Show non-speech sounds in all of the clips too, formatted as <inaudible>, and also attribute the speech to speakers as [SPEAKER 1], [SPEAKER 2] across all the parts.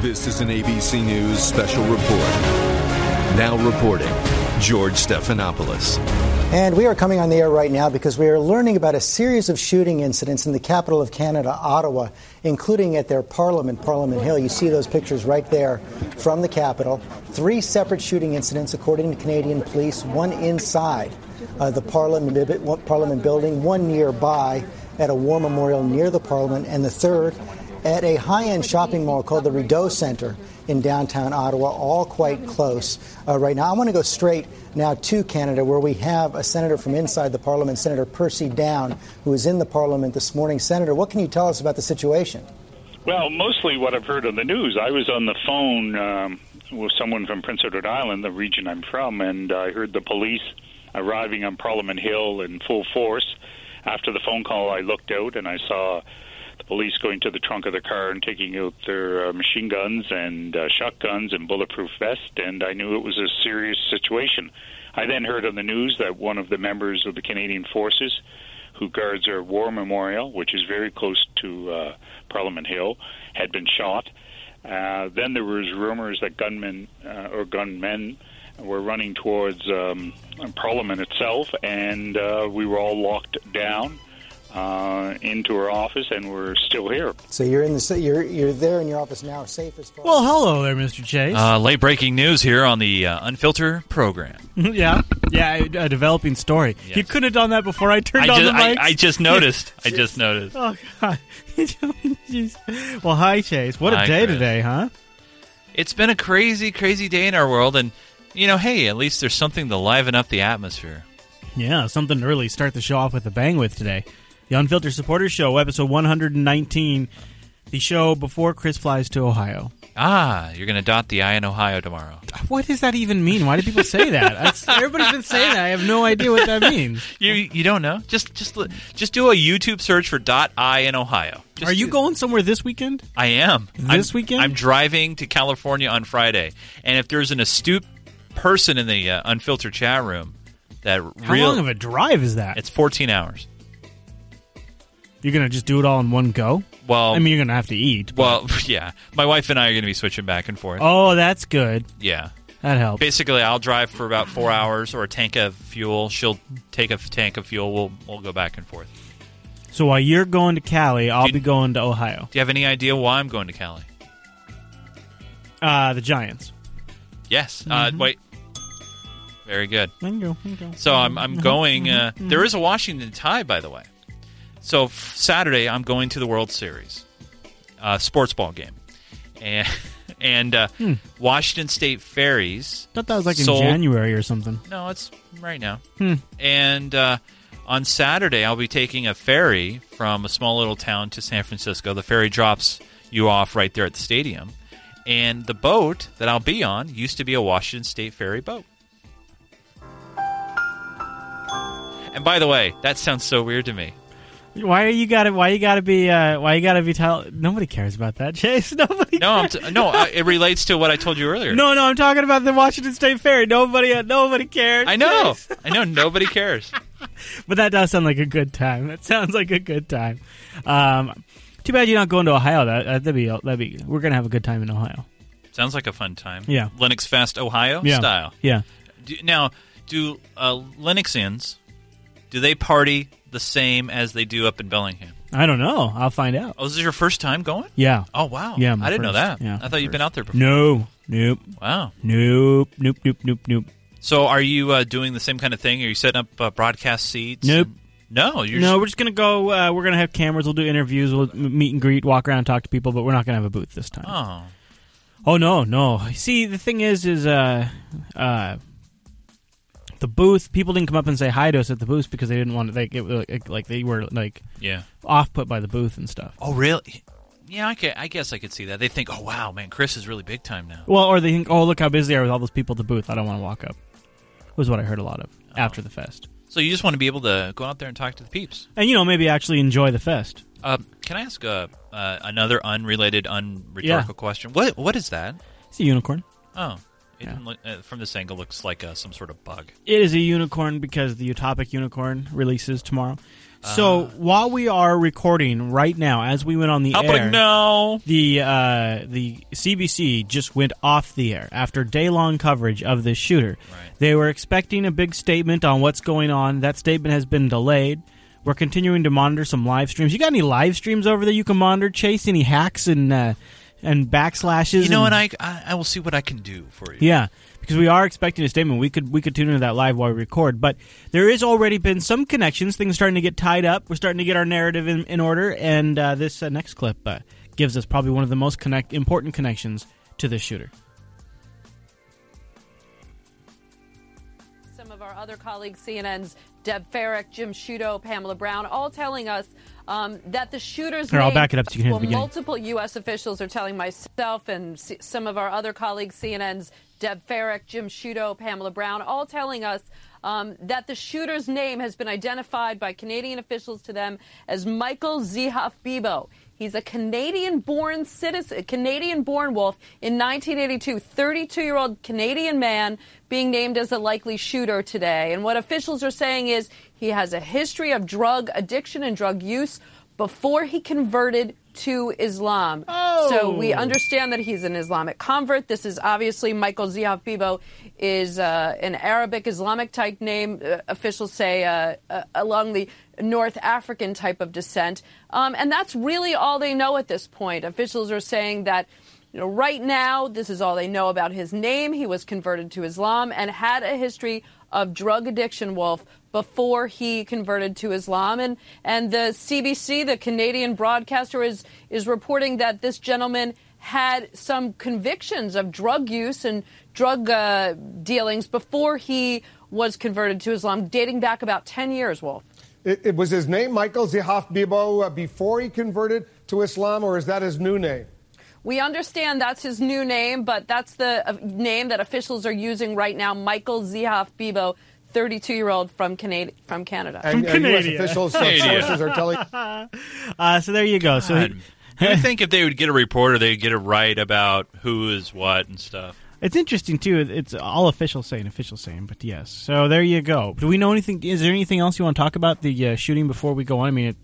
[SPEAKER 1] This is an ABC News special report. Now reporting, George Stephanopoulos.
[SPEAKER 2] And we are coming on the air right now because we are learning about a series of shooting incidents in the capital of Canada, Ottawa, including at their parliament, Parliament Hill. You see those pictures right there from the capital. Three separate shooting incidents, according to Canadian police, one inside uh, the parliament, parliament building, one nearby at a war memorial near the parliament, and the third at a high end shopping mall called the Rideau Center in downtown Ottawa, all quite close uh, right now. I want to go straight now to Canada, where we have a senator from inside the parliament, Senator Percy Down, who is in the parliament this morning. Senator, what can you tell us about the situation?
[SPEAKER 3] Well, mostly what I've heard on the news. I was on the phone um, with someone from Prince Edward Island, the region I'm from, and I heard the police arriving on Parliament Hill in full force. After the phone call, I looked out and I saw the police going to the trunk of the car and taking out their uh, machine guns and uh, shotguns and bulletproof vest, and I knew it was a serious situation. I then heard on the news that one of the members of the Canadian Forces, who guards our war memorial, which is very close to uh, Parliament Hill, had been shot. Uh, then there was rumors that gunmen uh, or gunmen were running towards um, Parliament itself, and uh, we were all locked down uh, into her office, and we're still here.
[SPEAKER 2] So you're in the you're you're there in your office now, safe as possible.
[SPEAKER 4] Well, hello there, Mr. Chase.
[SPEAKER 5] Uh, late breaking news here on the uh, Unfilter program.
[SPEAKER 4] <laughs> yeah, yeah, a, a developing story.
[SPEAKER 5] Yes.
[SPEAKER 4] You couldn't have done that before I turned
[SPEAKER 5] I
[SPEAKER 4] on
[SPEAKER 5] just,
[SPEAKER 4] the
[SPEAKER 5] I,
[SPEAKER 4] mic. <laughs>
[SPEAKER 5] I just noticed. I just noticed.
[SPEAKER 4] oh God. <laughs> Jeez. well, hi Chase. What a
[SPEAKER 5] Hi,
[SPEAKER 4] day
[SPEAKER 5] Chris.
[SPEAKER 4] today, huh?
[SPEAKER 5] It's been a crazy, crazy day in our world, and you know, hey, at least there's something to liven up the atmosphere.
[SPEAKER 4] Yeah, something to really start the show off with a bang with today. The Unfiltered Supporters Show, episode 119, the show before Chris flies to Ohio.
[SPEAKER 5] Ah, you're gonna dot the I in
[SPEAKER 4] <laughs>
[SPEAKER 5] Ohio tomorrow.
[SPEAKER 4] What does that even mean? Why do people say that?
[SPEAKER 5] <laughs>
[SPEAKER 4] That's- everybody's been saying that. I have no idea what that means.
[SPEAKER 5] You you don't know? Just just li- just do a YouTube search for dot I in Ohio. Just
[SPEAKER 4] Are you
[SPEAKER 5] do-
[SPEAKER 4] going somewhere this weekend?
[SPEAKER 5] I am
[SPEAKER 4] This
[SPEAKER 5] I'm-
[SPEAKER 4] weekend?
[SPEAKER 5] I'm driving to California on Friday, and if there's an astute person in the uh, Unfiltered chat room that
[SPEAKER 4] How
[SPEAKER 5] real,
[SPEAKER 4] long of a drive is that?
[SPEAKER 5] it's 14 hours.
[SPEAKER 4] You're gonna just do it all in one go?
[SPEAKER 5] Well,
[SPEAKER 4] I mean, you're gonna have to eat.
[SPEAKER 5] Well, <laughs> yeah. My wife and I are going to be switching back and forth.
[SPEAKER 4] Oh, that's good.
[SPEAKER 5] Yeah.
[SPEAKER 4] That helps.
[SPEAKER 5] Basically, I'll drive for about four hours or a tank of fuel. She'll take a f- tank of fuel. We'll we'll go back and forth.
[SPEAKER 4] So while you're going to Cali, I'll
[SPEAKER 5] You-
[SPEAKER 4] be going to Ohio.
[SPEAKER 5] Do you have any idea why I'm going to Cali?
[SPEAKER 4] Uh, the Giants.
[SPEAKER 5] Yes.
[SPEAKER 4] Mm-hmm.
[SPEAKER 5] Uh, wait. Very good.
[SPEAKER 4] Thank you. Thank you.
[SPEAKER 5] So I'm
[SPEAKER 4] Mm-hmm.
[SPEAKER 5] I'm going. Uh, there is a Washington tie, by the way. So f- Saturday, I'm going to the World Series, uh, sports ball game, and <laughs> and uh, Washington State Ferries.
[SPEAKER 4] Hmm. Thought that was like in
[SPEAKER 5] sold-
[SPEAKER 4] January or something.
[SPEAKER 5] No, it's right now. And uh, on Saturday, I'll be taking a ferry from a small little town to San Francisco. The ferry drops you off right there at the stadium. And the boat that I'll be on used to be a Washington State Ferry boat. And by the way, that sounds so weird to me.
[SPEAKER 4] Why you gotta? Why you gotta be? Uh, why you gotta be? Tell- Nobody cares about that, <laughs> Chase. Nobody.
[SPEAKER 5] No, I'm t- no, I, it relates to what I told you earlier.
[SPEAKER 4] no, no. I'm talking about the Washington State Fair. Nobody. Uh, nobody cares.
[SPEAKER 5] I know,
[SPEAKER 4] Chase.
[SPEAKER 5] I know. Nobody cares.
[SPEAKER 4] But that does sound like a good time. That <laughs> sounds like a good time. Um, too bad you're not going to Ohio. That uh, that'd be that'd be. We're gonna have a good time in Ohio.
[SPEAKER 5] Sounds like a fun time.
[SPEAKER 4] Yeah.
[SPEAKER 5] Linux Fest, Ohio
[SPEAKER 4] Yeah.
[SPEAKER 5] style.
[SPEAKER 4] Yeah.
[SPEAKER 5] Do, now, do uh, Linuxians do they party the same as they do up in Bellingham?
[SPEAKER 4] I don't know. I'll find out.
[SPEAKER 5] Oh, is this your first time going?
[SPEAKER 4] Yeah.
[SPEAKER 5] Oh wow!
[SPEAKER 4] Yeah, my
[SPEAKER 5] I didn't know
[SPEAKER 4] first.
[SPEAKER 5] that.
[SPEAKER 4] Yeah,
[SPEAKER 5] I
[SPEAKER 4] my
[SPEAKER 5] thought you'd been out there before.
[SPEAKER 4] No. Nope.
[SPEAKER 5] Wow.
[SPEAKER 4] Nope. Nope. Nope. Nope. Nope.
[SPEAKER 5] So, are you uh, doing the same kind of thing? Are you setting up uh, broadcast seats?
[SPEAKER 4] Nope.
[SPEAKER 5] No, you're
[SPEAKER 4] no, we're just gonna go. Uh, we're gonna have cameras. We'll do interviews. We'll m- meet and greet, walk around, talk to people. But we're not gonna have a booth this time.
[SPEAKER 5] Just, oh,
[SPEAKER 4] Oh no, no. See, the thing is, is uh, uh, the booth. People didn't come up and say hi to us at the booth because they didn't want to. They, it, it, like they were like
[SPEAKER 5] yeah.
[SPEAKER 4] off put by the booth and stuff.
[SPEAKER 5] Oh, really? Yeah, I, ca- I guess I could see that. They think, oh wow, man, Chris is really big time now.
[SPEAKER 4] Well, or they think, oh look how busy they are with all those people at the booth. I don't want to walk up. Was what I heard a lot of after the fest.
[SPEAKER 5] So you just want to be able to go out there and talk to the peeps.
[SPEAKER 4] And you know maybe actually enjoy the fest.
[SPEAKER 5] Uh, can I ask uh, uh, another unrelated, unrhetorical question? What What is that?
[SPEAKER 4] It's a unicorn.
[SPEAKER 5] Oh, it didn't look, uh, from this angle looks like uh, some sort of bug.
[SPEAKER 4] It is a unicorn because the Utopic Unicorn releases tomorrow. So while we are recording right now, as we went on the air,
[SPEAKER 5] Happening now.
[SPEAKER 4] the uh, the CBC just went off the air after day long coverage of this shooter.
[SPEAKER 5] Right.
[SPEAKER 4] They were expecting a big statement on what's going on. That statement has been delayed. We're continuing to monitor some live streams. You got any live streams over there you can monitor? Chase any hacks and uh, and backslashes?
[SPEAKER 5] You know,
[SPEAKER 4] and
[SPEAKER 5] and I, I I will see what I can do for you.
[SPEAKER 4] yeah, because we are expecting a statement. We could we could tune into that live while we record, but there is already been some connections. Things starting to get tied up. We're starting to get our narrative in, in order, and uh, this uh, next clip uh, gives us probably one of the most connect important connections to this shooter.
[SPEAKER 6] Some of our other colleagues, CNN's Deb Farrick, Jim Sciutto, Pamela Brown, all telling us um, that the shooter's
[SPEAKER 4] Here, I'll
[SPEAKER 6] name-
[SPEAKER 4] back it up so you can hear the
[SPEAKER 6] well,
[SPEAKER 4] beginning.
[SPEAKER 6] multiple U.S. officials are telling myself and C- some of our other colleagues, CNN's Deb Farrick, Jim Sciutto, Pamela Brown, all telling us um, that the shooter's name has been identified by Canadian officials to them as Michael Zihaf Bibo. He's a Canadian-born citizen, Canadian-born wolf in 1982, 32-year-old Canadian man being named as a likely shooter today. And what officials are saying is he has a history of drug addiction and drug use before he converted to Islam. So we understand that he's an Islamic convert. This is obviously Michael Zihaf Bibo is uh, an Arabic Islamic type name. Uh, officials say uh, uh, along the North African type of descent, um, and that's really all they know at this point. Officials are saying that. You know, right now, this is all they know about his name. He was converted to Islam and had a history of drug addiction, Wolf, before he converted to Islam. And, and the CBC, the Canadian broadcaster, is, is reporting that this gentleman had some convictions of drug use and drug uh, dealings before he was converted to Islam, dating back about 10 years, Wolf.
[SPEAKER 7] It, it was his name, Michael Zihaf Bibo, uh, before he converted to Islam, or is that his new name?
[SPEAKER 6] We understand that's his new name, but that's the uh, name that officials are using right now. Michael Zihaf Bibo, 32-year-old from Canada. From Canada.
[SPEAKER 7] And
[SPEAKER 4] From
[SPEAKER 7] uh, U.S.
[SPEAKER 4] Canada. <laughs>
[SPEAKER 7] officials, some
[SPEAKER 5] Canada.
[SPEAKER 7] sources are telling.
[SPEAKER 4] Uh, so there you go. So
[SPEAKER 5] God. You would
[SPEAKER 4] <laughs>
[SPEAKER 5] think if they would get a reporter, they'd get it right about who is what and stuff.
[SPEAKER 4] it's interesting too. It's all official saying, official saying, but yes. So there you go. Do we know anything? Is there anything else you want to talk about the uh, shooting before we go on? I mean, it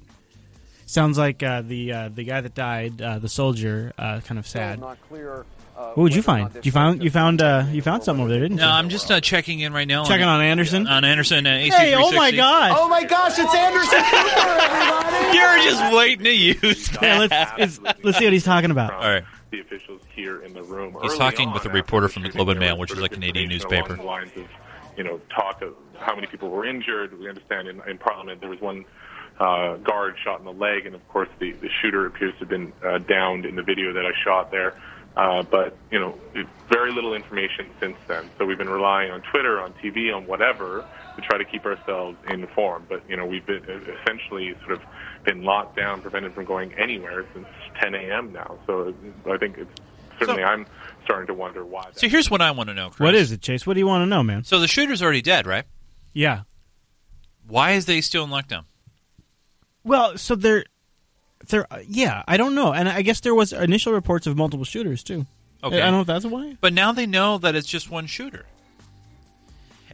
[SPEAKER 4] sounds like uh, the uh, the guy that died, uh, the soldier, uh, kind of sad. What would you find? You found you found uh, you found something over there, didn't you?
[SPEAKER 5] No, I'm just uh, checking in right now.
[SPEAKER 4] Checking on Anderson?
[SPEAKER 5] On Anderson. Uh, AC
[SPEAKER 4] hey! Oh my god!
[SPEAKER 7] Oh my gosh, it's Anderson Cooper,
[SPEAKER 5] <laughs>
[SPEAKER 7] everybody!
[SPEAKER 5] You're just waiting to use
[SPEAKER 4] <laughs> Hey,
[SPEAKER 5] that.
[SPEAKER 4] let's it's- let's see what he's talking
[SPEAKER 5] All
[SPEAKER 4] about.
[SPEAKER 5] right.
[SPEAKER 8] the officials here in the room.
[SPEAKER 5] He's
[SPEAKER 8] Early
[SPEAKER 5] talking
[SPEAKER 8] on,
[SPEAKER 5] with a
[SPEAKER 8] after
[SPEAKER 5] reporter from the
[SPEAKER 8] shooting,
[SPEAKER 5] Globe and
[SPEAKER 8] there
[SPEAKER 5] Mail,
[SPEAKER 8] was
[SPEAKER 5] which is
[SPEAKER 8] sort
[SPEAKER 5] a
[SPEAKER 8] of
[SPEAKER 5] Canadian
[SPEAKER 8] information along
[SPEAKER 5] newspaper.
[SPEAKER 8] the lines of, you know, talk of how many people were injured. We understand in, in Parliament there was one uh, guard shot in the leg, and of course the, the shooter appears to have been uh, downed in the video that I shot there. Uh, but you know, it- very little information since then. So we've been relying on Twitter, on TV, on whatever to try to keep ourselves informed. But you know, we've been uh, essentially sort of been locked down, prevented from going anywhere since 10 a.m. now. So I think it's certainly I'm starting to wonder why. that
[SPEAKER 5] So here's what I want to know. Chris.
[SPEAKER 4] What is it, Chase? What do you want to know, man?
[SPEAKER 5] So the shooter's already dead, right?
[SPEAKER 4] Yeah.
[SPEAKER 5] Why is they still in lockdown?
[SPEAKER 4] Well, so there, there. Yeah, I don't know, and I guess there was initial reports of multiple shooters too.
[SPEAKER 5] Okay.
[SPEAKER 4] I don't know if that's why.
[SPEAKER 5] But now they know that it's just one shooter.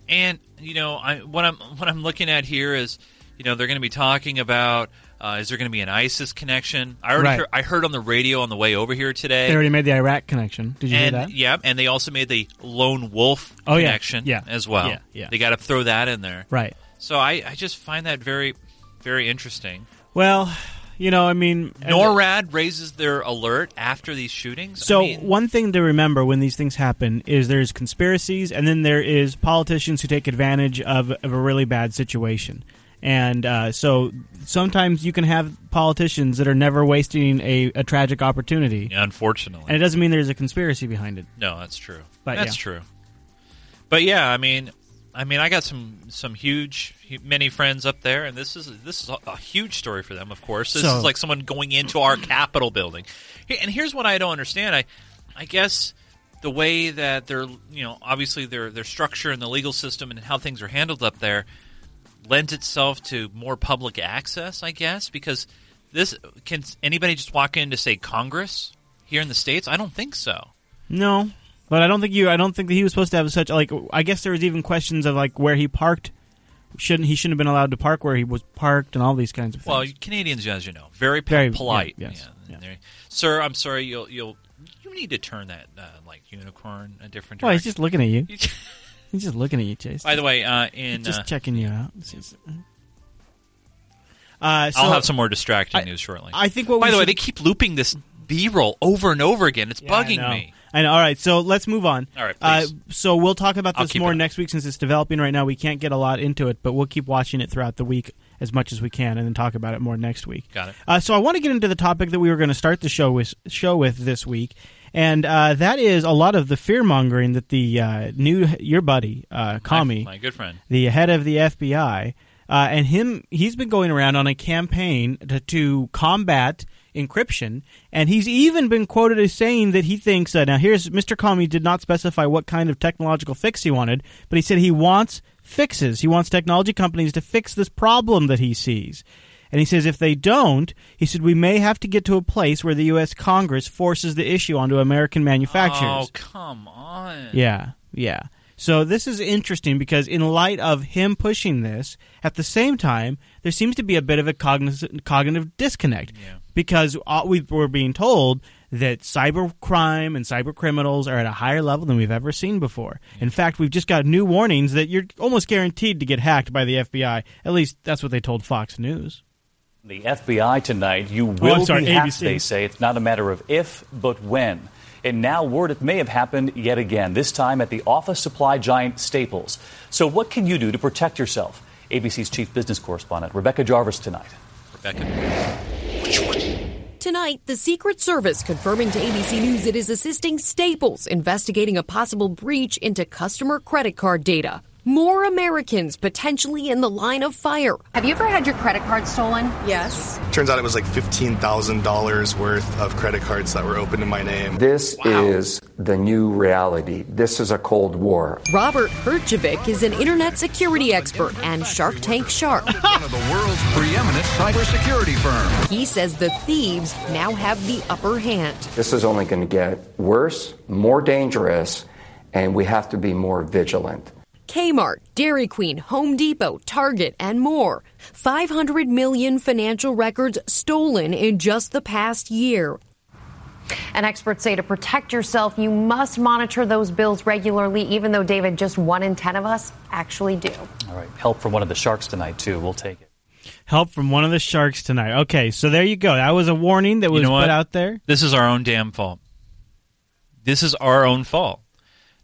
[SPEAKER 5] And you know, I what I'm what I'm looking at here is, you know, they're going to be talking about uh, is there going to be an ISIS connection? I already
[SPEAKER 4] Right.
[SPEAKER 5] heard, I heard on the radio on the way over here today.
[SPEAKER 4] They already made the Iraq connection. Did you
[SPEAKER 5] and
[SPEAKER 4] hear that?
[SPEAKER 5] yeah, and they also made the lone wolf
[SPEAKER 4] Oh, yeah.
[SPEAKER 5] connection
[SPEAKER 4] Yeah.
[SPEAKER 5] as well.
[SPEAKER 4] Yeah, yeah.
[SPEAKER 5] They got to throw that in there.
[SPEAKER 4] Right.
[SPEAKER 5] So I, I just find that very very interesting.
[SPEAKER 4] Well, you know, I mean,
[SPEAKER 5] Um, NORAD raises their alert after these shootings. I
[SPEAKER 4] So
[SPEAKER 5] mean,
[SPEAKER 4] one thing to remember when these things happen is there's conspiracies, and then there is politicians who take advantage of, of a really bad situation. And uh, so sometimes you can have politicians that are never wasting a, a tragic opportunity,
[SPEAKER 5] unfortunately.
[SPEAKER 4] and it doesn't mean there's a conspiracy behind it.
[SPEAKER 5] No, that's true.
[SPEAKER 4] But,
[SPEAKER 5] that's
[SPEAKER 4] yeah.
[SPEAKER 5] true. But yeah, I mean, I mean, I got some some huge hu- many friends up there, and this is this is a, a huge story for them. Of course, this
[SPEAKER 4] So-
[SPEAKER 5] is like someone going into our Capitol building. He- And here's what I don't understand. I I guess the way that they're you know obviously their their structure and the legal system and how things are handled up there lends itself to more public access, I guess, because this can anybody just walk into say Congress here in the states? I don't think so.
[SPEAKER 4] No, but I don't think you. I don't think that he was supposed to have such like. I guess there was even questions of like where he parked shouldn't he shouldn't have been allowed to park where he was parked and all these kinds of things.
[SPEAKER 5] Well, Canadians, as you know, very, po-
[SPEAKER 4] Very-
[SPEAKER 5] polite.
[SPEAKER 4] yeah, yes, yeah.
[SPEAKER 5] They're- Sir, I'm sorry. You'll you'll you need to turn that uh, like unicorn a different
[SPEAKER 4] Well, Oh, he's
[SPEAKER 5] direction.
[SPEAKER 4] just looking at
[SPEAKER 5] <laughs>
[SPEAKER 4] you. he's just looking at you, Chase.
[SPEAKER 5] By the way, uh, in
[SPEAKER 4] just
[SPEAKER 5] uh,
[SPEAKER 4] checking you out. It's just- Uh, so
[SPEAKER 5] I'll have some more distracting
[SPEAKER 4] I-
[SPEAKER 5] news shortly.
[SPEAKER 4] I think what
[SPEAKER 5] By
[SPEAKER 4] we
[SPEAKER 5] the way,
[SPEAKER 4] should-
[SPEAKER 5] they keep looping this B-roll over and over again. It's
[SPEAKER 4] Yeah, I
[SPEAKER 5] bugging
[SPEAKER 4] know.
[SPEAKER 5] me.
[SPEAKER 4] I know. All right, so let's move on.
[SPEAKER 5] All right,
[SPEAKER 4] Uh,
[SPEAKER 5] please.
[SPEAKER 4] so we'll talk about
[SPEAKER 5] I'll
[SPEAKER 4] this
[SPEAKER 5] keep
[SPEAKER 4] more
[SPEAKER 5] it up.
[SPEAKER 4] next week since it's developing right now. We can't get a lot into it, but we'll keep watching it throughout the week as much as we can, and then talk about it more next week.
[SPEAKER 5] Got it.
[SPEAKER 4] Uh, so I want to get into the topic that we were going to start the show with, show with this week, and uh, that is a lot of the fear mongering that the uh, new your buddy uh,
[SPEAKER 5] My-
[SPEAKER 4] Kami,
[SPEAKER 5] my good friend.
[SPEAKER 4] the head of the FBI, uh, and him he's been going around on a campaign to, to combat encryption, and he's even been quoted as saying that he thinks uh, now here's Mr. Comey did not specify what kind of technological fix he wanted, but he said he wants fixes. He wants technology companies to fix this problem that he sees. And he says if they don't, he said we may have to get to a place where the U.S. Congress forces the issue onto American manufacturers.
[SPEAKER 5] Oh come on!
[SPEAKER 4] Yeah, yeah. So this is interesting because in light of him pushing this, at the same time, there seems to be a bit of a cogniz- cognitive disconnect because uh, we we're being told that cybercrime and cybercriminals are at a higher level than we've ever seen before. In fact, we've just got new warnings that you're almost guaranteed to get hacked by the FBI. At least that's what they told Fox News.
[SPEAKER 9] The FBI tonight, you
[SPEAKER 4] Oh, I'm
[SPEAKER 9] will
[SPEAKER 4] sorry,
[SPEAKER 9] be hacked,
[SPEAKER 4] ABC.
[SPEAKER 9] they say. It's not a matter of if, but when. And now word it may have happened yet again, this time at the office supply giant Staples. So what can you do to protect yourself? ABC's chief business correspondent, Rebecca Jarvis, tonight.
[SPEAKER 5] Rebecca.
[SPEAKER 10] Tonight, the Secret Service confirming to ABC News it is assisting Staples investigating a possible breach into customer credit card data. More Americans potentially in the line of fire.
[SPEAKER 11] Have you ever had your credit card stolen?
[SPEAKER 10] Yes.
[SPEAKER 12] Turns out it was like $15,000 worth of credit cards that were open in my name.
[SPEAKER 13] This is the new reality. This is a Cold War.
[SPEAKER 10] Robert Herjavec is an internet security expert and Shark Tank shark.
[SPEAKER 14] One of the world's preeminent cybersecurity firms.
[SPEAKER 10] He says the thieves now have the upper hand.
[SPEAKER 13] This is only going to get worse, more dangerous, and we have to be more vigilant.
[SPEAKER 10] Kmart, Dairy Queen, Home Depot, Target, and more. 500 million financial records stolen in just the past year.
[SPEAKER 11] And experts say to protect yourself, you must monitor those bills regularly, even though, David, just one in 10 of us actually do.
[SPEAKER 9] All right, help from one of the sharks tonight, too. We'll take it.
[SPEAKER 4] Help from one of the sharks tonight. Okay, so there you go. That was a warning that was
[SPEAKER 5] You know what?
[SPEAKER 4] put out there.
[SPEAKER 5] This is our own damn fault. This is our own fault.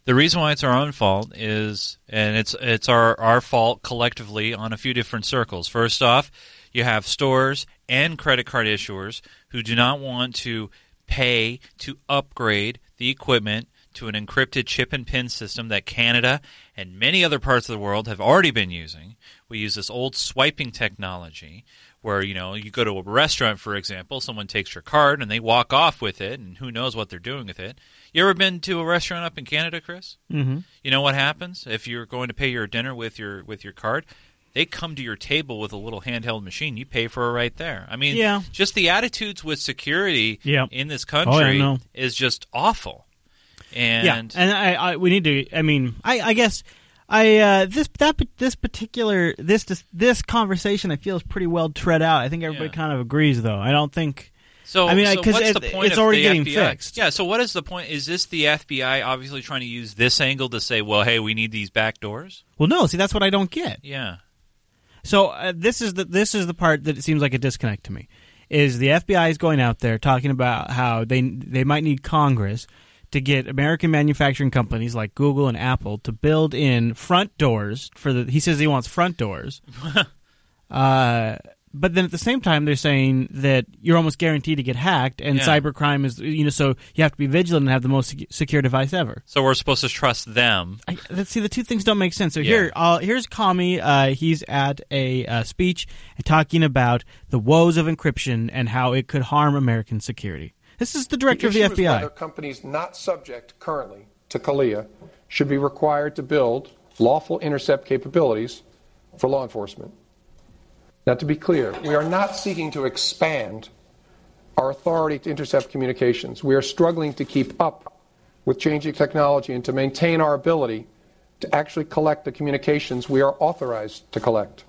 [SPEAKER 5] The reason why it's our own fault is, and it's it's our our fault collectively on a few different circles. First off, you have stores and credit card issuers who do not want to pay to upgrade the equipment to an encrypted chip and pin system that Canada and many other parts of the world have already been using. We use this old swiping technology where, you know, you go to a restaurant, for example, someone takes your card and they walk off with it, and who knows what they're doing with it. You ever been to a restaurant up in Canada, Chris?
[SPEAKER 4] Mm-hmm.
[SPEAKER 5] You know what happens if you're going to pay your dinner with your with your card? They come to your table with a little handheld machine. You pay for it right there. I mean,
[SPEAKER 4] Yeah.
[SPEAKER 5] just the attitudes with security
[SPEAKER 4] Yeah.
[SPEAKER 5] in this
[SPEAKER 4] Oh, I
[SPEAKER 5] country
[SPEAKER 4] know.
[SPEAKER 5] is just awful. And
[SPEAKER 4] yeah, and I, I we need to. I mean, I, I guess I uh, this that this particular this this, this conversation I feel is pretty well tread out. I think everybody
[SPEAKER 5] Yeah.
[SPEAKER 4] kind of agrees, though. I don't think.
[SPEAKER 5] so,
[SPEAKER 4] I mean, I-
[SPEAKER 5] so
[SPEAKER 4] 'cause
[SPEAKER 5] what's
[SPEAKER 4] it-
[SPEAKER 5] the point?
[SPEAKER 4] it's
[SPEAKER 5] of
[SPEAKER 4] already
[SPEAKER 5] the
[SPEAKER 4] getting
[SPEAKER 5] FBI?
[SPEAKER 4] fixed.
[SPEAKER 5] Yeah. So, what is the point? Is this the FBI obviously trying to use this angle to say, "Well, hey, we need these back doors"?
[SPEAKER 4] Well, no. See, that's what I don't get.
[SPEAKER 5] Yeah.
[SPEAKER 4] So uh, this is the this is the part that it seems like a disconnect to me. Is the FBI is going out there talking about how they they might need Congress to get American manufacturing companies like Google and Apple to build in front doors for the. He says he wants front doors. uh, but then at the same time, they're saying that you're almost guaranteed to get hacked, and
[SPEAKER 5] Yeah.
[SPEAKER 4] cybercrime is you know so you have to be vigilant and have the most sec- secure device ever.
[SPEAKER 5] So we're supposed to trust them.
[SPEAKER 4] I, let's see. The two things don't make sense. So
[SPEAKER 5] Yeah.
[SPEAKER 4] here, uh, here's Kami. Uh, he's at a uh, speech talking about the woes of encryption and how it could harm American security. This is the director of the
[SPEAKER 15] issue is
[SPEAKER 4] FBI.
[SPEAKER 15] whether companies not subject currently to CALIA should be required to build lawful intercept capabilities for law enforcement. Now, to be clear, we are not seeking to expand our authority to intercept communications. We are struggling to keep up with changing technology and to maintain our ability to actually collect the communications we are authorized to collect.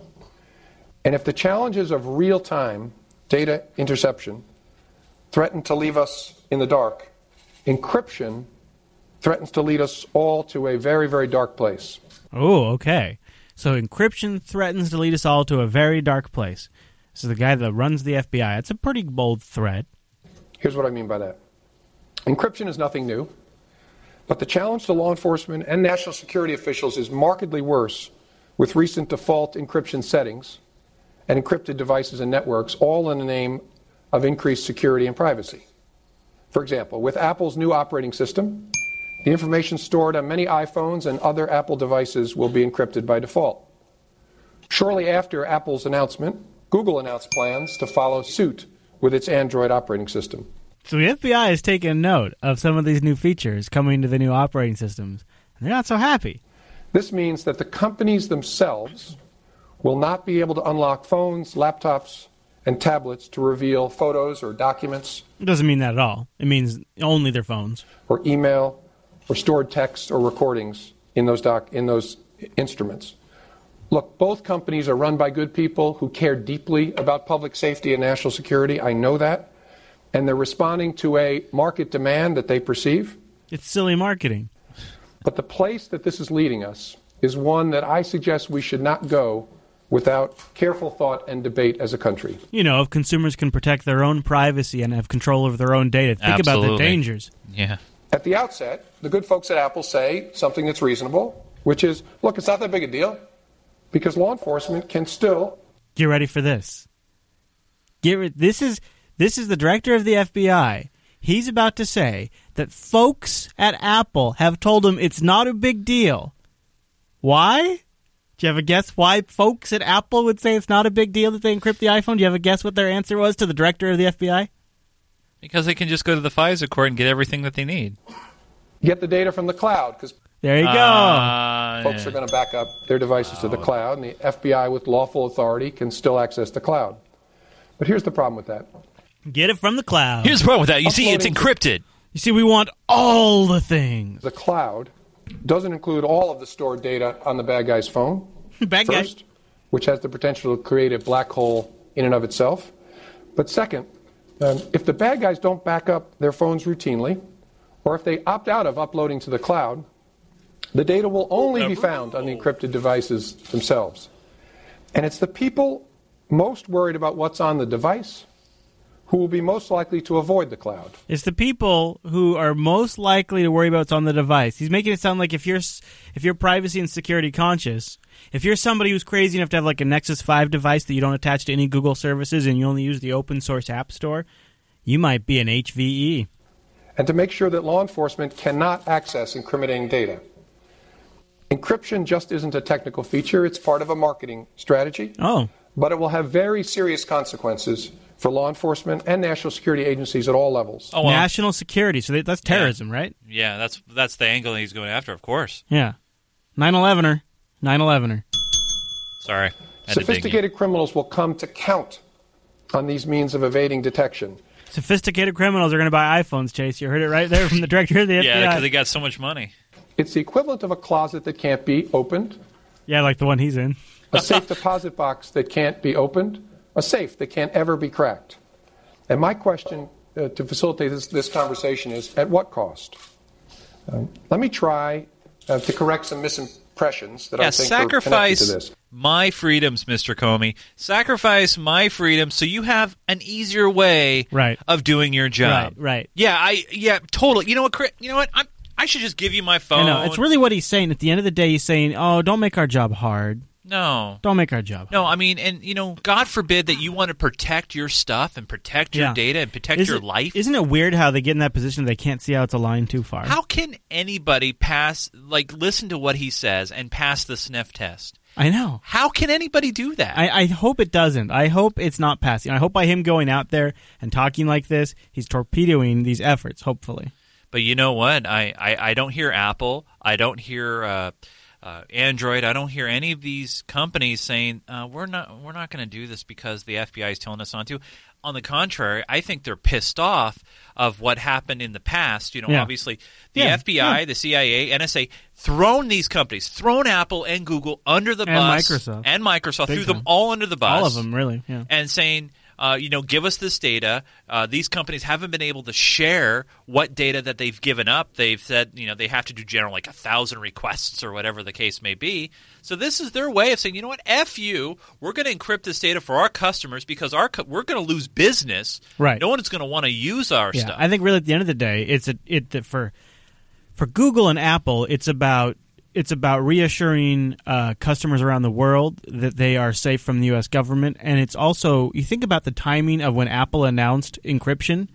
[SPEAKER 15] And if the challenges of real time data interception threaten to leave us in the dark, encryption threatens to lead us all to a very, very dark place.
[SPEAKER 4] Oh, okay. So encryption threatens to lead us all to a very dark place. So the guy that runs the FBI, it's a pretty bold threat.
[SPEAKER 15] Here's what I mean by that encryption is nothing new, but the challenge to law enforcement and national security officials is markedly worse with recent default encryption settings and encrypted devices and networks, all in the name of increased security and privacy. For example, with Apple's new operating system, the information stored on many iPhones and other Apple devices will be encrypted by default. Shortly after Apple's announcement, Google announced plans to follow suit with its Android operating system.
[SPEAKER 4] So the FBI has taken note of some of these new features coming to the new operating systems, and they're not so happy.
[SPEAKER 15] This means that the companies themselves will not be able to unlock phones, laptops, and tablets to reveal photos or documents
[SPEAKER 4] It doesn't mean that at all. It means only their phones.
[SPEAKER 15] or email or stored text or recordings in those doc in those instruments. Look, both companies are run by good people who care deeply about public safety and national security. I know that. And they're responding to a market demand that they perceive.
[SPEAKER 4] It's silly marketing.
[SPEAKER 15] But the place that this is leading us is one that I suggest we should not go without careful thought and debate as a country.
[SPEAKER 4] You know, if consumers can protect their own privacy and have control over their own data, think about the
[SPEAKER 15] Absolutely.
[SPEAKER 4] dangers.
[SPEAKER 5] Yeah.
[SPEAKER 15] At the outset, the good folks at Apple say something that's reasonable, which is look, it's not that big a deal because law enforcement can still
[SPEAKER 4] Get ready for this. Get re- this is this is the director of the FBI. He's about to say that folks at Apple have told him it's not a big deal. Why? Do you have a guess why folks at Apple would say it's not a big deal that they encrypt the iPhone? Do you have a guess what their answer was to the director of the FBI?
[SPEAKER 5] Because they can just go to the FISA court and get everything that they need.
[SPEAKER 15] get the data from the cloud because
[SPEAKER 4] There you go.
[SPEAKER 15] folks are going to back up their devices to the cloud, and the FBI with lawful authority can still access the cloud. But here's the problem with that.
[SPEAKER 4] Get it from the cloud.
[SPEAKER 5] Here's the problem with that. You see, it's encrypted.
[SPEAKER 4] You see, we want all the things.
[SPEAKER 15] The cloud doesn't include all of the stored data on the bad guy's phone.
[SPEAKER 4] <laughs> bad guy.
[SPEAKER 15] first, which has the potential to create a black hole in and of itself. But second, um, if the bad guys don't back up their phones routinely, or if they opt out of uploading to the cloud, the data will only be found on the encrypted devices themselves. And it's the people most worried about what's on the device who will be most likely to avoid the cloud.
[SPEAKER 4] It's the people who are most likely to worry about what's on the device. He's making it sound like if you're s- if you're privacy and security conscious, if you're somebody who's crazy enough to have like a Nexus 5 device that you don't attach to any Google services and you only use the open source app store, you might be an E. HVE.
[SPEAKER 15] and to make sure that law enforcement cannot access incriminating data. Encryption just isn't a technical feature, it's part of a marketing strategy.
[SPEAKER 4] Oh.
[SPEAKER 15] But it will have very serious consequences for law enforcement and national security agencies at all levels.
[SPEAKER 5] Oh, well.
[SPEAKER 4] National security, so that- that's terrorism, right?
[SPEAKER 5] Yeah, that's that's the angle he's going after, of course.
[SPEAKER 4] Yeah. 9/11er, 9/11er.
[SPEAKER 5] Sorry. Had to dig in.
[SPEAKER 15] Sophisticated criminals will come to count on these means of evading detection.
[SPEAKER 4] Sophisticated criminals are going to buy iPhones, Chase. You heard it right there from the director of the FBI.
[SPEAKER 5] Yeah, because they got so much money.
[SPEAKER 15] It's the equivalent of a closet that can't be opened,
[SPEAKER 4] yeah, like the one he's in.
[SPEAKER 15] a safe deposit box that can't be opened, a safe that can't ever be cracked. And my question uh, to facilitate this, this conversation is at what cost? Um, let me try uh, to correct some misimpressions that
[SPEAKER 5] Yeah,
[SPEAKER 15] I think are connected to
[SPEAKER 5] sacrifice
[SPEAKER 15] this.
[SPEAKER 5] my freedoms, Mr. Comey. Sacrifice my freedom so you have an easier way
[SPEAKER 4] Right.
[SPEAKER 5] of doing your job.
[SPEAKER 4] Right, right.
[SPEAKER 5] Yeah, I yeah, totally. You know what, Chris, you know what? I'm, I should just give you my
[SPEAKER 4] I
[SPEAKER 5] phone.
[SPEAKER 4] know. It's really what he's saying. At the end of the day, he's saying, "Oh, don't make our job hard.
[SPEAKER 5] no.
[SPEAKER 4] Don't make our job."
[SPEAKER 5] No, I mean, and you know, God forbid that you want to protect your stuff and protect your
[SPEAKER 4] Yeah.
[SPEAKER 5] data and protect
[SPEAKER 4] Isn't-
[SPEAKER 5] your life.
[SPEAKER 4] Isn't it weird how they get in that position? They can't see how it's a line too far.
[SPEAKER 5] How can anybody pass, like, listen to what he says and pass the sniff test?
[SPEAKER 4] I know.
[SPEAKER 5] How can anybody do that?
[SPEAKER 4] I, I hope it doesn't. I hope it's not passing. I hope by him going out there and talking like this, he's torpedoing these efforts. Hopefully,
[SPEAKER 5] But you know what? I, I, I don't hear Apple. I don't hear uh, uh, Android. I don't hear any of these companies saying uh, we're not we're not going to do this because the FBI is telling us not to. On the contrary, I think they're pissed off of what happened in the past. You know,
[SPEAKER 4] Yeah.
[SPEAKER 5] obviously the
[SPEAKER 4] Yeah,
[SPEAKER 5] FBI,
[SPEAKER 4] yeah.
[SPEAKER 5] the CIA, NSA thrown these companies, thrown Apple and Google under the
[SPEAKER 4] And
[SPEAKER 5] bus,
[SPEAKER 4] Microsoft.
[SPEAKER 5] and Microsoft
[SPEAKER 4] Big
[SPEAKER 5] threw them
[SPEAKER 4] time.
[SPEAKER 5] all under the bus,
[SPEAKER 4] All of them, really, yeah.
[SPEAKER 5] and saying. Uh, you know, give us this data. Uh, these companies haven't been able to share what data that they've given up. They've said, you know, they have to do general like a thousand requests or whatever the case may be. So this is their way of saying, you know what, f you. We're going to encrypt this data for our customers because our co- we're going to lose business.
[SPEAKER 4] Right.
[SPEAKER 5] No one's going to want to use our
[SPEAKER 4] yeah,
[SPEAKER 5] stuff.
[SPEAKER 4] I think really at the end of the day, it's a, it that for for Google and Apple, it's about it's about reassuring uh, customers around the world that they are safe from the U.S. government, and it's also you think about the timing of when Apple announced encryption.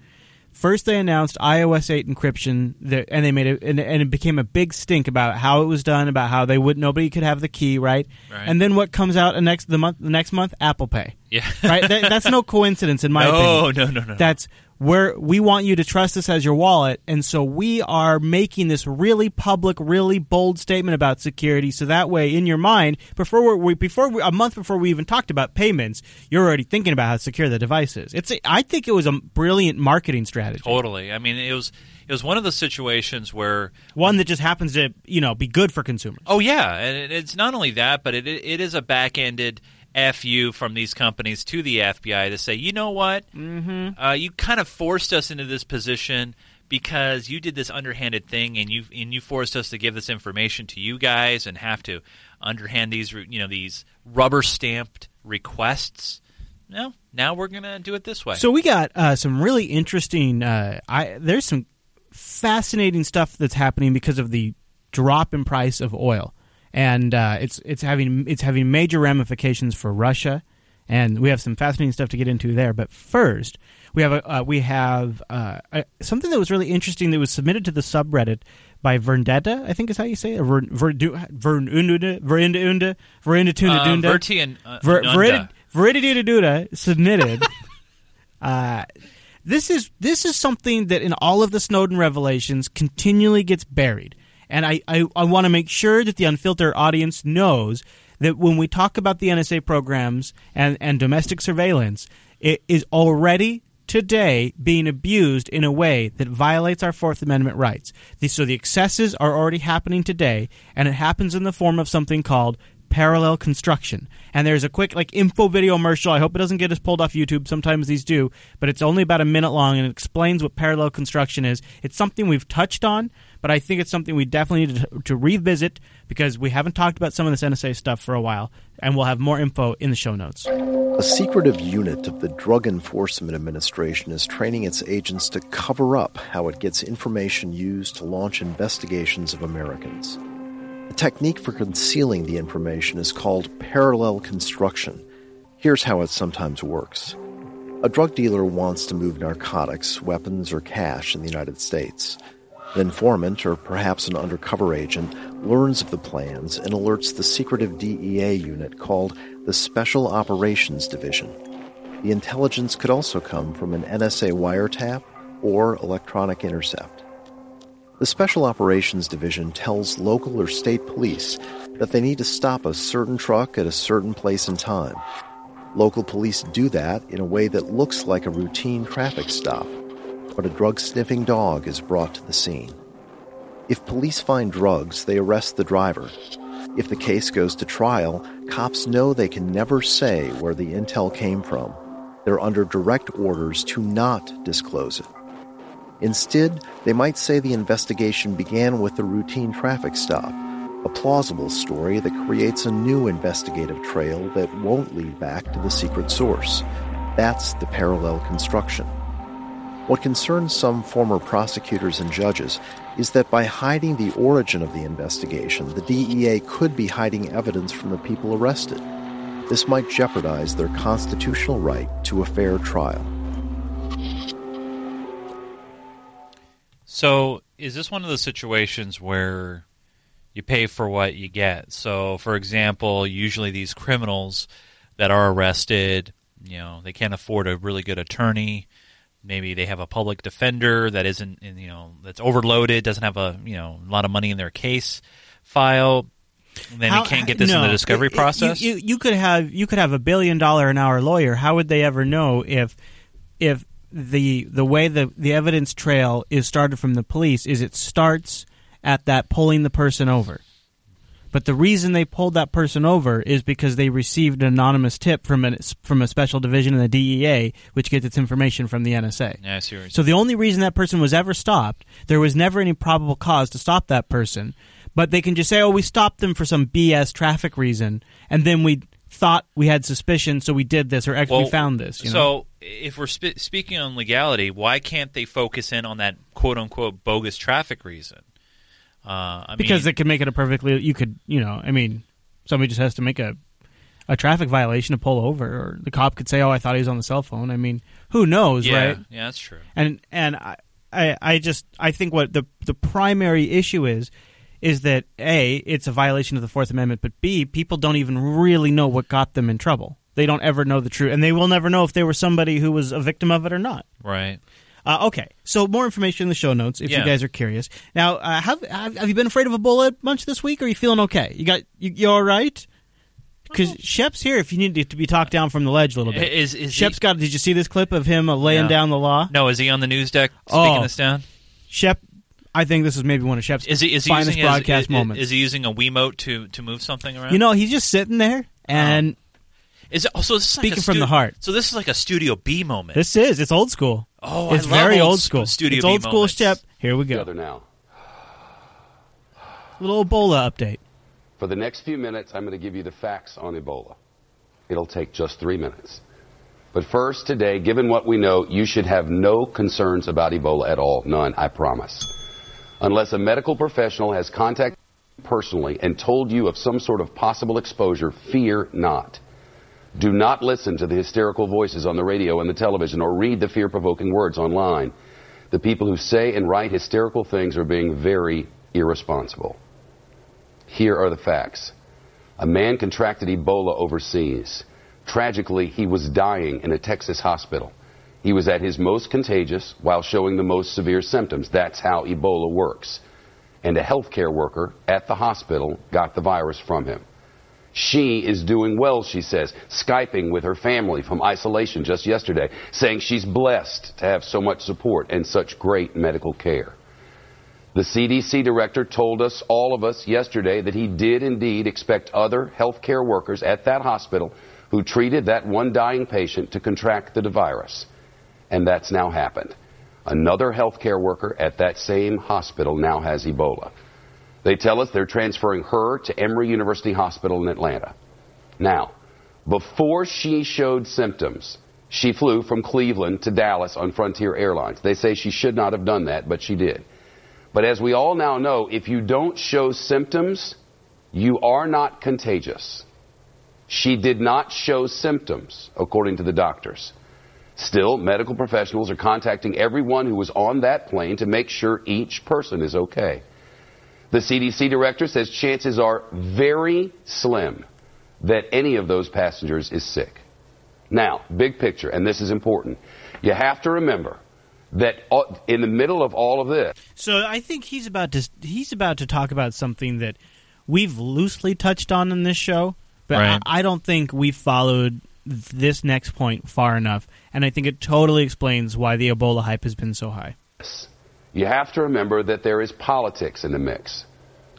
[SPEAKER 4] First, they announced iOS 8 encryption, that, and they made it, and, and it became a big stink about how it was done, about how they would nobody could have the key, right?
[SPEAKER 5] Right.
[SPEAKER 4] And then what comes out the next the month the next month, Apple Pay,
[SPEAKER 5] Yeah.
[SPEAKER 4] right? That, that's no coincidence in my
[SPEAKER 5] <laughs> No,
[SPEAKER 4] opinion.
[SPEAKER 5] no, no, no.
[SPEAKER 4] That's where we want you to trust us as your wallet, and so we are making this really public, really bold statement about security. So that way, in your mind, before we're, we before we, a month before we even talked about payments, you're already thinking about how secure the device is. It's a, I think it was a brilliant marketing strategy,
[SPEAKER 5] Totally. I mean, it was it was one of those situations where
[SPEAKER 4] one that just happens to you know be good for consumers.
[SPEAKER 5] Oh yeah, and it- it's not only that, but it it is a back ended fu from these companies to the FBI to say, you know what, mm-hmm. uh, you kind of forced us into this position because you did this underhanded thing, and you and you forced us to give this information to you guys and have to underhand these re- you know these rubber stamped requests. No, now we're gonna do it this way.
[SPEAKER 4] So we got uh, some really interesting. Uh, I there's some fascinating stuff that's happening because of the drop in price of oil, and uh, it's it's having it's having major ramifications for Russia, and we have some fascinating stuff to get into there. But first, we have a, uh, we have uh, a, something that was really interesting that was submitted to the subreddit by Verndetta, I think is how you say it. Ver, ver, do, Verundunda, Verindunda, Verindunda,
[SPEAKER 5] Uh,
[SPEAKER 4] Dunda.
[SPEAKER 5] Verti and, uh,
[SPEAKER 4] Ver-
[SPEAKER 5] Nunda.
[SPEAKER 4] Verid- Verididuda
[SPEAKER 5] <laughs>
[SPEAKER 4] submitted. uh, this is this is something that in all of the Snowden revelations continually gets buried, and I I, I want to make sure that the unfiltered audience knows that when we talk about the NSA programs and and domestic surveillance, it is already today being abused in a way that violates our Fourth Amendment rights. The, so the excesses are already happening today, and it happens in the form of something called parallel construction. And there's a quick like info video commercial. I hope it doesn't get us pulled off YouTube. Sometimes these do, but it's only about a minute long and it explains what parallel construction is. It's something we've touched on, but I think it's something we definitely need to, to revisit because we haven't talked about some of this NSA stuff for a while, and we'll have more info in the show notes.
[SPEAKER 16] A secretive unit of the Drug Enforcement Administration is training its agents to cover up how it gets information used to launch investigations of Americans. The technique for concealing the information is called parallel construction. Here's how it sometimes works a drug dealer wants to move narcotics, weapons, or cash in the United States. An informant, or perhaps an undercover agent, learns of the plans and alerts the secretive DEA unit called the Special Operations Division. The intelligence could also come from an NSA wiretap or electronic intercept. The Special Operations Division tells local or state police that they need to stop a certain truck at a certain place and time. Local police do that in a way that looks like a routine traffic stop, but a drug sniffing dog is brought to the scene. If police find drugs, they arrest the driver. If the case goes to trial, cops know they can never say where the intel came from. They're under direct orders to not disclose it. Instead, they might say the investigation began with a routine traffic stop, a plausible story that creates a new investigative trail that won't lead back to the secret source. That's the parallel construction. What concerns some former prosecutors and judges is that by hiding the origin of the investigation, the DEA could be hiding evidence from the people arrested. This might jeopardize their constitutional right to a fair trial.
[SPEAKER 5] So, is this one of those situations where you pay for what you get? So, for example, usually these criminals that are arrested, you know, they can't afford a really good attorney. Maybe they have a public defender that isn't, you know, that's overloaded, doesn't have a, you know, a lot of money in their case file. And then
[SPEAKER 4] How-
[SPEAKER 5] they can't get this in the
[SPEAKER 4] no.
[SPEAKER 5] discovery
[SPEAKER 4] It- it- you-
[SPEAKER 5] process.
[SPEAKER 4] You, you could have you could have a billion dollar an hour lawyer. How would they ever know if if the the way the the evidence trail is started from the police is it starts at that pulling the person over. But the reason they pulled that person over is because they received an anonymous tip from an, from a special division in the DEA, which gets its information from the NSA.
[SPEAKER 5] Yeah, I see what you're
[SPEAKER 4] So the only reason that person was ever stopped, there was never any probable cause to stop that person. But they can just say, "Oh, we stopped them for some BS traffic reason," and then we thought we had suspicion, so we did this or actually
[SPEAKER 5] Well,
[SPEAKER 4] found this. You know?
[SPEAKER 5] So, if we're spe- speaking on legality, why can't they focus in on that quote unquote bogus traffic reason? Uh, I
[SPEAKER 4] because
[SPEAKER 5] mean,
[SPEAKER 4] it could make it a perfectly you could you know i mean somebody just has to make a a traffic violation to pull over or the cop could say oh i thought he was on the cell phone i mean who knows
[SPEAKER 5] Yeah,
[SPEAKER 4] right
[SPEAKER 5] yeah, that's true.
[SPEAKER 4] and and I, I i just i think what the the primary issue is is that a it's a violation of the fourth amendment but b people don't even really know what got them in trouble they don't ever know the truth and they will never know if they were somebody who was a victim of it or not
[SPEAKER 5] right.
[SPEAKER 4] uh, okay, so more information in the show notes if
[SPEAKER 5] Yeah.
[SPEAKER 4] you guys are curious. Now, uh, have, have have you been afraid of a bullet much this week? Or are you feeling okay? You got you, you all right? Because Shep's here if you need to, to be talked down from the ledge a little bit.
[SPEAKER 5] Is- is
[SPEAKER 4] Shep's
[SPEAKER 5] he-
[SPEAKER 4] got? Did you see this clip of him uh, laying
[SPEAKER 5] Yeah.
[SPEAKER 4] down the law?
[SPEAKER 5] No, is he on the news deck speaking
[SPEAKER 4] Oh.
[SPEAKER 5] this down?
[SPEAKER 4] Shep, I think this is maybe one of Shep's
[SPEAKER 5] Is he is he
[SPEAKER 4] finest
[SPEAKER 5] using his-
[SPEAKER 4] broadcast
[SPEAKER 5] is,
[SPEAKER 4] moments.
[SPEAKER 5] Is he using a Wiimote to to move something around?
[SPEAKER 4] you know, he's just sitting there and
[SPEAKER 5] is it, oh, so this is like
[SPEAKER 4] speaking
[SPEAKER 5] a
[SPEAKER 4] from
[SPEAKER 5] stu-
[SPEAKER 4] the heart.
[SPEAKER 5] So this is like a Studio B moment.
[SPEAKER 4] this is it's old school.
[SPEAKER 5] Uh-huh. Oh, I
[SPEAKER 4] it's
[SPEAKER 5] love
[SPEAKER 4] very
[SPEAKER 5] old
[SPEAKER 4] old
[SPEAKER 5] sc-
[SPEAKER 4] school.
[SPEAKER 5] Studio
[SPEAKER 4] it's
[SPEAKER 5] B
[SPEAKER 4] old school
[SPEAKER 5] moments.
[SPEAKER 4] Shep. Here we go.
[SPEAKER 17] Together now.
[SPEAKER 4] Little Ebola update.
[SPEAKER 17] For the next few minutes, I'm going to give you the facts on Ebola. It'll take just three minutes. But first, today, given what we know, you should have no concerns about Ebola at all. None, I promise. Unless a medical professional has contacted you personally and told you of some sort of possible exposure, fear not. Do not listen to the hysterical voices on the radio and the television or read the fear provoking words online. The people who say and write hysterical things are being very irresponsible. Here are the facts. A man contracted Ebola overseas. Tragically, he was dying in a Texas hospital. He was at his most contagious while showing the most severe symptoms. That's how Ebola works. And a healthcare worker at the hospital got the virus from him. She is doing well, she says, Skyping with her family from isolation just yesterday, saying she's blessed to have so much support and such great medical care. The CDC director told us, all of us, yesterday that he did indeed expect other healthcare workers at that hospital who treated that one dying patient to contract the virus. And that's now happened. Another healthcare worker at that same hospital now has Ebola. They tell us they're transferring her to Emory University Hospital in Atlanta. Now, before she showed symptoms, she flew from Cleveland to Dallas on Frontier Airlines. They say she should not have done that, but she did. But as we all now know, if you don't show symptoms, you are not contagious. She did not show symptoms, according to the doctors. Still, medical professionals are contacting everyone who was on that plane to make sure each person is okay. The CDC director says chances are very slim that any of those passengers is sick. Now, big picture, and this is important. You have to remember that uh, in the middle of all of this,
[SPEAKER 4] So I think he's about to he's about to talk about something that we've loosely touched on in this show, but
[SPEAKER 5] Right.
[SPEAKER 4] I, I don't think we followed this next point far enough, and I think it totally explains why the Ebola hype has been so high.
[SPEAKER 17] you have to remember that there is politics in the mix.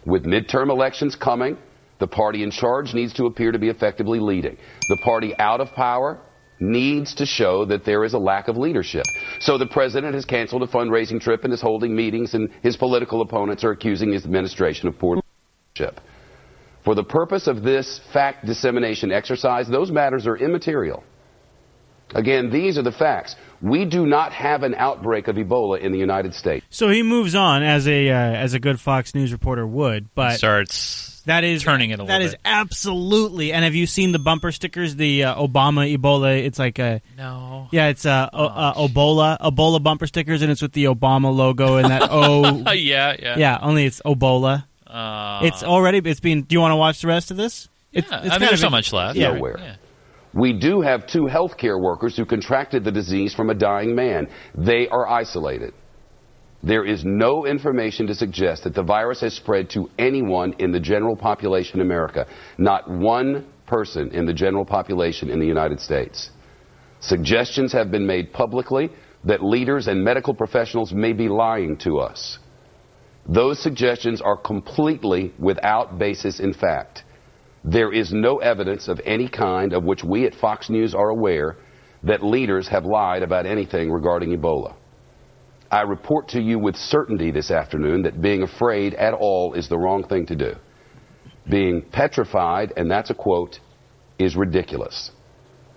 [SPEAKER 17] With midterm elections coming, the party in charge needs to appear to be effectively leading. The party out of power needs to show that there is a lack of leadership. So the president has canceled a fundraising trip and is holding meetings, and his political opponents are accusing his administration of poor leadership. For the purpose of this fact dissemination exercise, those matters are immaterial. Again, these are the facts. We do not have an outbreak of Ebola in the United States.
[SPEAKER 4] So he moves on as a uh, as a good Fox News reporter would, but
[SPEAKER 5] starts
[SPEAKER 4] that is
[SPEAKER 5] turning it a
[SPEAKER 4] that
[SPEAKER 5] little
[SPEAKER 4] is
[SPEAKER 5] bit.
[SPEAKER 4] absolutely. And have you seen the bumper stickers? The uh, Obama Ebola. It's like a
[SPEAKER 5] No.
[SPEAKER 4] Yeah, it's uh, o- uh, Ebola Ebola bumper stickers, and it's with the Obama logo and that O.
[SPEAKER 5] <laughs> Yeah, yeah.
[SPEAKER 4] yeah. Only it's Ebola.
[SPEAKER 5] Uh,
[SPEAKER 4] it's already it's been. Do you want to watch the rest of this? It's,
[SPEAKER 5] Yeah, I
[SPEAKER 4] it's
[SPEAKER 5] mean,
[SPEAKER 4] kind
[SPEAKER 5] there's
[SPEAKER 4] of-
[SPEAKER 5] not much left.
[SPEAKER 4] Yeah,
[SPEAKER 17] Nowhere. We do have two healthcare workers who contracted the disease from a dying man. They are isolated. There is no information to suggest that the virus has spread to anyone in the general population in America. Not one person in the general population in the United States. Suggestions have been made publicly that leaders and medical professionals may be lying to us. Those suggestions are completely without basis in fact. There is no evidence of any kind of which we at Fox News are aware that leaders have lied about anything regarding Ebola. I report to you with certainty this afternoon that being afraid at all is the wrong thing to do. Being petrified, and that's a quote, is ridiculous.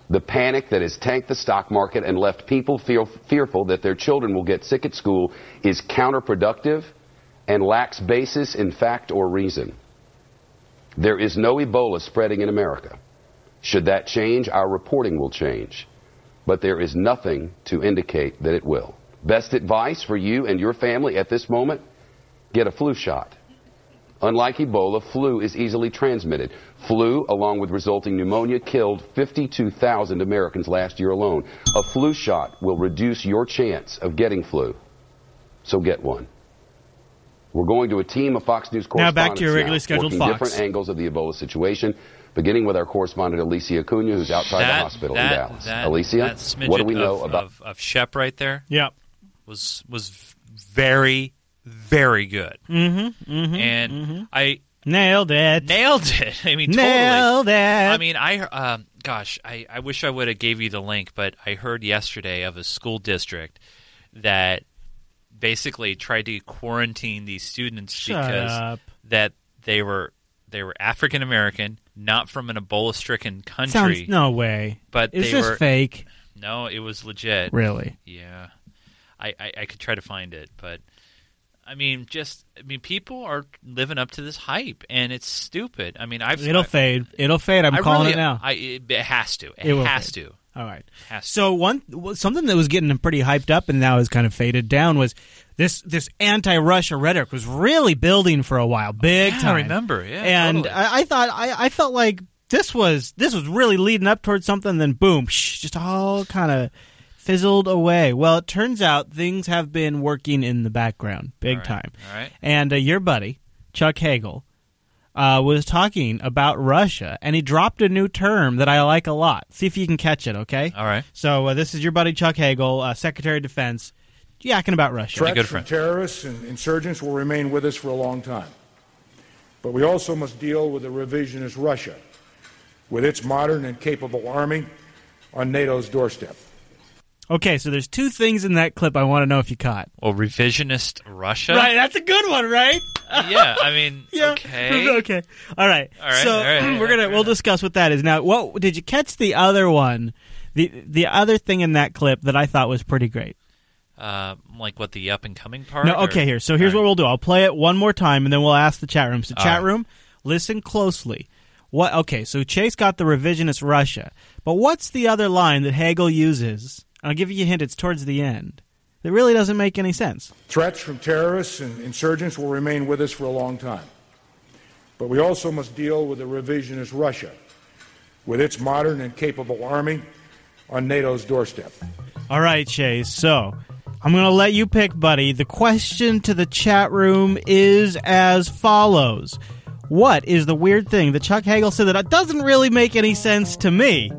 [SPEAKER 17] The panic that has tanked the stock market and left people feel fearful that their children will get sick at school is counterproductive and lacks basis in fact or reason. There is no Ebola spreading in America. Should that change, our reporting will change. But there is nothing to indicate that it will. Best advice for you and your family at this moment get a flu shot. Unlike Ebola, flu is easily transmitted. Flu, along with resulting pneumonia, killed 52,000 Americans last year alone. A flu shot will reduce your chance of getting flu. So get one. We're going to a team of Fox News
[SPEAKER 4] Now
[SPEAKER 17] correspondents
[SPEAKER 4] back to your regularly scheduled
[SPEAKER 17] working
[SPEAKER 4] Fox.
[SPEAKER 17] different angles of the Ebola situation, beginning with our correspondent Alicia Acuna, who's outside the hospital in Dallas.
[SPEAKER 5] That,
[SPEAKER 17] Alicia,
[SPEAKER 5] that smidget
[SPEAKER 17] what do we know
[SPEAKER 5] of,
[SPEAKER 17] about?
[SPEAKER 5] of, of Shep right there?
[SPEAKER 4] Yeah.
[SPEAKER 5] was was very very good.
[SPEAKER 4] Mm-hmm. Mm-hmm.
[SPEAKER 5] and I
[SPEAKER 4] nailed it.
[SPEAKER 5] Nailed it. <laughs> I mean,
[SPEAKER 4] Nailed
[SPEAKER 5] totally.
[SPEAKER 4] it.
[SPEAKER 5] I mean, I um, gosh, I, I wish I would have gave you the link, but I heard yesterday of a school district that basically tried to quarantine these students
[SPEAKER 4] Shut
[SPEAKER 5] because
[SPEAKER 4] up.
[SPEAKER 5] that they were they were African American, not from an Ebola-stricken country.
[SPEAKER 4] Sounds no way.
[SPEAKER 5] But
[SPEAKER 4] Is
[SPEAKER 5] they
[SPEAKER 4] this
[SPEAKER 5] were-
[SPEAKER 4] fake?
[SPEAKER 5] No, it was legit.
[SPEAKER 4] Really?
[SPEAKER 5] Yeah. I, I, I could try to find it, but I mean, just I mean, people are living up to this hype, and it's stupid. I mean, I've
[SPEAKER 4] It'll
[SPEAKER 5] I-
[SPEAKER 4] fade. It'll fade. I'm
[SPEAKER 5] I
[SPEAKER 4] calling
[SPEAKER 5] really-
[SPEAKER 4] it now.
[SPEAKER 5] I, it, it has to. It,
[SPEAKER 4] It will
[SPEAKER 5] has
[SPEAKER 4] fade.
[SPEAKER 5] to.
[SPEAKER 4] All right.
[SPEAKER 5] Has to.
[SPEAKER 4] So one well, something that was getting pretty hyped up and now is kind of faded down was this this anti-Russia rhetoric was really building for a while, big
[SPEAKER 5] Yeah, I
[SPEAKER 4] time.
[SPEAKER 5] remember. Yeah,
[SPEAKER 4] and
[SPEAKER 5] totally.
[SPEAKER 4] I, I thought I, I felt like this was this was really leading up towards something. Then boom, shh, just all kind of fizzled away. Well, it turns out things have been working in the background, big
[SPEAKER 5] All right,
[SPEAKER 4] time.
[SPEAKER 5] all right.
[SPEAKER 4] And uh, your buddy Chuck Hagel uh, was talking about Russia, and he dropped a new term that I like a lot. See if you can catch it, okay? All
[SPEAKER 5] right.
[SPEAKER 4] So uh, this is your buddy Chuck Hagel, uh, Secretary of Defense, yakking about Russia.
[SPEAKER 18] Threats from terrorists and insurgents will remain with us for a long time. But we also must deal with the revisionist Russia, with its modern and capable army on NATO's doorstep.
[SPEAKER 4] Okay, so there's two things in that clip I want to know if you caught.
[SPEAKER 5] Well, revisionist Russia.
[SPEAKER 4] Right, that's a good one, right?
[SPEAKER 5] yeah.
[SPEAKER 4] <laughs>
[SPEAKER 5] I mean, okay.
[SPEAKER 4] okay. All right.
[SPEAKER 5] All right,
[SPEAKER 4] So
[SPEAKER 5] all
[SPEAKER 4] <clears throat>
[SPEAKER 5] right, all right,
[SPEAKER 4] we're gonna we'll discuss what that is now. What did you catch the other one? The the other thing in that clip that I thought was pretty great.
[SPEAKER 5] Uh, like what the up and coming part?
[SPEAKER 4] No,
[SPEAKER 5] or-
[SPEAKER 4] okay, here. So here's what we'll do. I'll play it one more time and then we'll ask the chat room. So
[SPEAKER 5] All
[SPEAKER 4] chat
[SPEAKER 5] right.
[SPEAKER 4] room, listen closely. What okay, so Chase got the revisionist Russia. But what's the other line that Hegel uses? I'll give you a hint, it's towards the end. That really doesn't make any sense.
[SPEAKER 18] Threats from terrorists and insurgents will remain with us for a long time. But we also must deal with the revisionist Russia, with its modern and capable army on NATO's doorstep.
[SPEAKER 4] All right, Chase. So I'm going to let you pick, buddy. The question to the chat room is as follows What is the weird thing that Chuck Hagel said that doesn't really make any sense to me?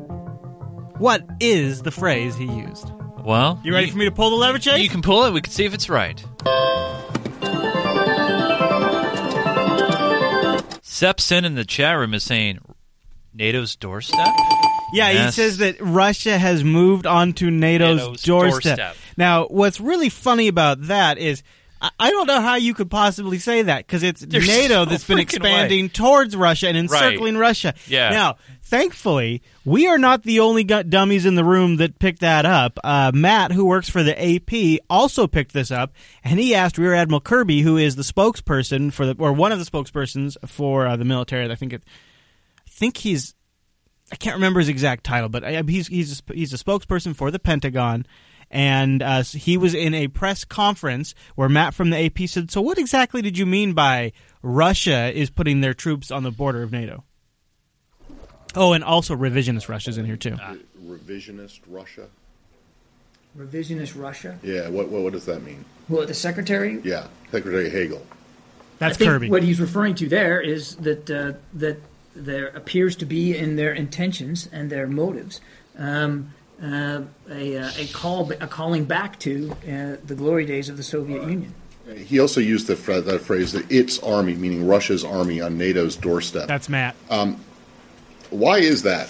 [SPEAKER 4] What is the phrase he used?
[SPEAKER 5] Well,
[SPEAKER 4] You ready for me to pull the lever, Chase?
[SPEAKER 5] You can pull it. We can see if it's right. Sepsin in the chat room is saying NATO's doorstep.
[SPEAKER 4] Yeah,
[SPEAKER 5] Yes.
[SPEAKER 4] he says that Russia has moved onto NATO's,
[SPEAKER 5] NATO's
[SPEAKER 4] doorstep.
[SPEAKER 5] doorstep.
[SPEAKER 4] Now, what's really funny about that is I- I don't know how you could possibly say that because it's
[SPEAKER 5] There's
[SPEAKER 4] NATO
[SPEAKER 5] no
[SPEAKER 4] that's been
[SPEAKER 5] freaking
[SPEAKER 4] expanding towards Russia and
[SPEAKER 5] Right.
[SPEAKER 4] encircling Russia.
[SPEAKER 5] Yeah.
[SPEAKER 4] Now, thankfully, we are not the only gu- dummies in the room that picked that up. Uh, Matt, who works for the AP, also picked this up, and he asked Rear Admiral Kirby, who is the spokesperson for the or one of the spokespersons for uh, the military. I think it, I think he's I can't remember his exact title, but I, he's he's a, sp- he's a spokesperson for the Pentagon, and uh, s- he was in a press conference where Matt from the AP said, "So what exactly did you mean by Russia is putting their troops on the border of NATO?" Oh, and also revisionist Russia's in here too.
[SPEAKER 19] revisionist Russia?
[SPEAKER 20] Revisionist Russia?
[SPEAKER 19] Yeah, what, what, what does that mean?
[SPEAKER 20] Well, the secretary?
[SPEAKER 19] Yeah, Secretary Hagel.
[SPEAKER 4] That's
[SPEAKER 20] I think
[SPEAKER 4] Kirby.
[SPEAKER 20] What he's referring to there is that uh, that there appears to be in their intentions and their motives um, uh, a, uh, a call a calling back to uh, the glory days of the Soviet Union.
[SPEAKER 19] He also used the, fra- that phrase that its army, meaning Russia's army, on NATO's doorstep.
[SPEAKER 4] That's Matt.
[SPEAKER 19] Um, why is that?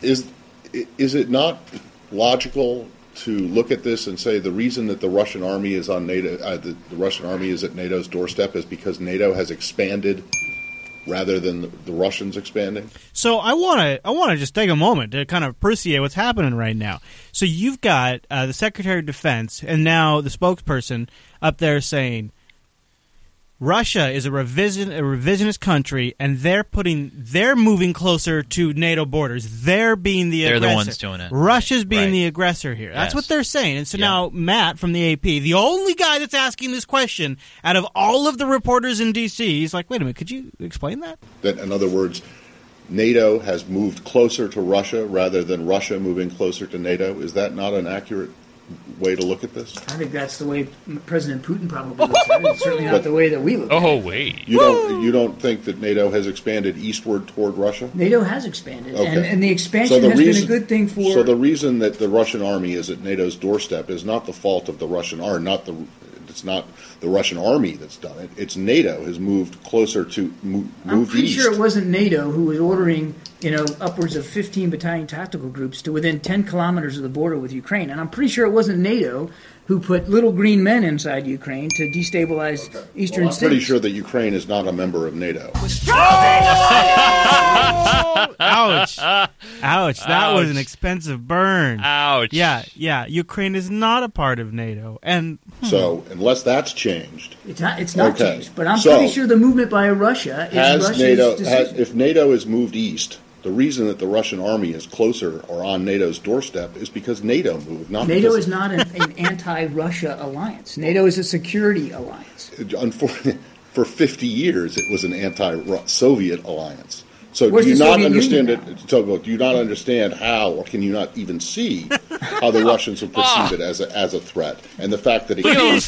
[SPEAKER 19] Is i- is it not logical to look at this and say the reason that the Russian army is on NATO, uh, the, the Russian army is at NATO's doorstep, is because NATO has expanded rather than the, the Russians expanding?
[SPEAKER 4] So I want to I want to just take a moment to kind of appreciate what's happening right now. So you've got uh, the Secretary of Defense and now the spokesperson up there saying Russia is a revision a revisionist country and they're putting they're moving closer to NATO borders. They're being the
[SPEAKER 5] They're the
[SPEAKER 4] aggressor.
[SPEAKER 5] ones doing it.
[SPEAKER 4] Russia's being
[SPEAKER 5] Right.
[SPEAKER 4] the aggressor here. That's
[SPEAKER 5] Yes.
[SPEAKER 4] what they're saying. And so now Matt from the AP, the only guy that's asking this question out of all of the reporters in DC, he's like, "Wait a minute, could you explain that?"
[SPEAKER 19] That, in other words, NATO has moved closer to Russia rather than Russia moving closer to NATO. Is that not an accurate way to look at this?
[SPEAKER 20] I think that's the way President Putin probably looks at it. It's certainly not the way that we look.
[SPEAKER 19] Oh.
[SPEAKER 20] at it.
[SPEAKER 5] wait.
[SPEAKER 19] You don't you don't think that NATO has expanded eastward toward Russia?
[SPEAKER 20] NATO has expanded, and,
[SPEAKER 19] Okay.
[SPEAKER 20] and the expansion
[SPEAKER 19] So the
[SPEAKER 20] has
[SPEAKER 19] reason-
[SPEAKER 20] been a good thing for.
[SPEAKER 19] So the reason that the Russian army is at NATO's doorstep is not the fault of the Russian army, not the it's not the Russian army that's done it. It's NATO has moved closer to mo-
[SPEAKER 20] I'm
[SPEAKER 19] moved
[SPEAKER 20] pretty
[SPEAKER 19] east.
[SPEAKER 20] sure it wasn't NATO who was ordering, you know, upwards of 15 battalion tactical groups to within 10 kilometers of the border with Ukraine, and I'm pretty sure it wasn't NATO who put little green men inside Ukraine to destabilize eastern
[SPEAKER 19] Well, I'm pretty
[SPEAKER 20] states.
[SPEAKER 19] sure that Ukraine is not a member of NATO.
[SPEAKER 5] <laughs>
[SPEAKER 4] Ouch. Ouch. That was an
[SPEAKER 5] Ouch.
[SPEAKER 4] expensive burn.
[SPEAKER 5] Ouch.
[SPEAKER 4] Yeah, yeah. Ukraine is not a part of NATO. And hmm.
[SPEAKER 19] So unless that's changed,
[SPEAKER 20] It's not, it's not
[SPEAKER 19] Okay.
[SPEAKER 20] changed, but I'm
[SPEAKER 19] So-
[SPEAKER 20] pretty sure the movement by Russia is
[SPEAKER 19] has
[SPEAKER 20] Russia's
[SPEAKER 19] NATO has,
[SPEAKER 20] decision.
[SPEAKER 19] if NATO has moved east, the reason that the Russian army is closer or on NATO's doorstep is because NATO moved. Not
[SPEAKER 20] NATO
[SPEAKER 19] because
[SPEAKER 20] is not an,
[SPEAKER 19] <laughs>
[SPEAKER 20] an anti-Russia alliance. NATO is a security alliance.
[SPEAKER 19] <laughs> unfortunately, for 50 years, it was an anti-Soviet alliance. So
[SPEAKER 20] Where's
[SPEAKER 19] do you
[SPEAKER 20] the
[SPEAKER 19] not
[SPEAKER 20] Soviet
[SPEAKER 19] understand
[SPEAKER 20] Union
[SPEAKER 19] it? So do you not understand how, or can you not even see how
[SPEAKER 20] <laughs>
[SPEAKER 19] the Russians have
[SPEAKER 20] Ah.
[SPEAKER 19] perceived it as a, as a threat, and the fact that it
[SPEAKER 4] at- he's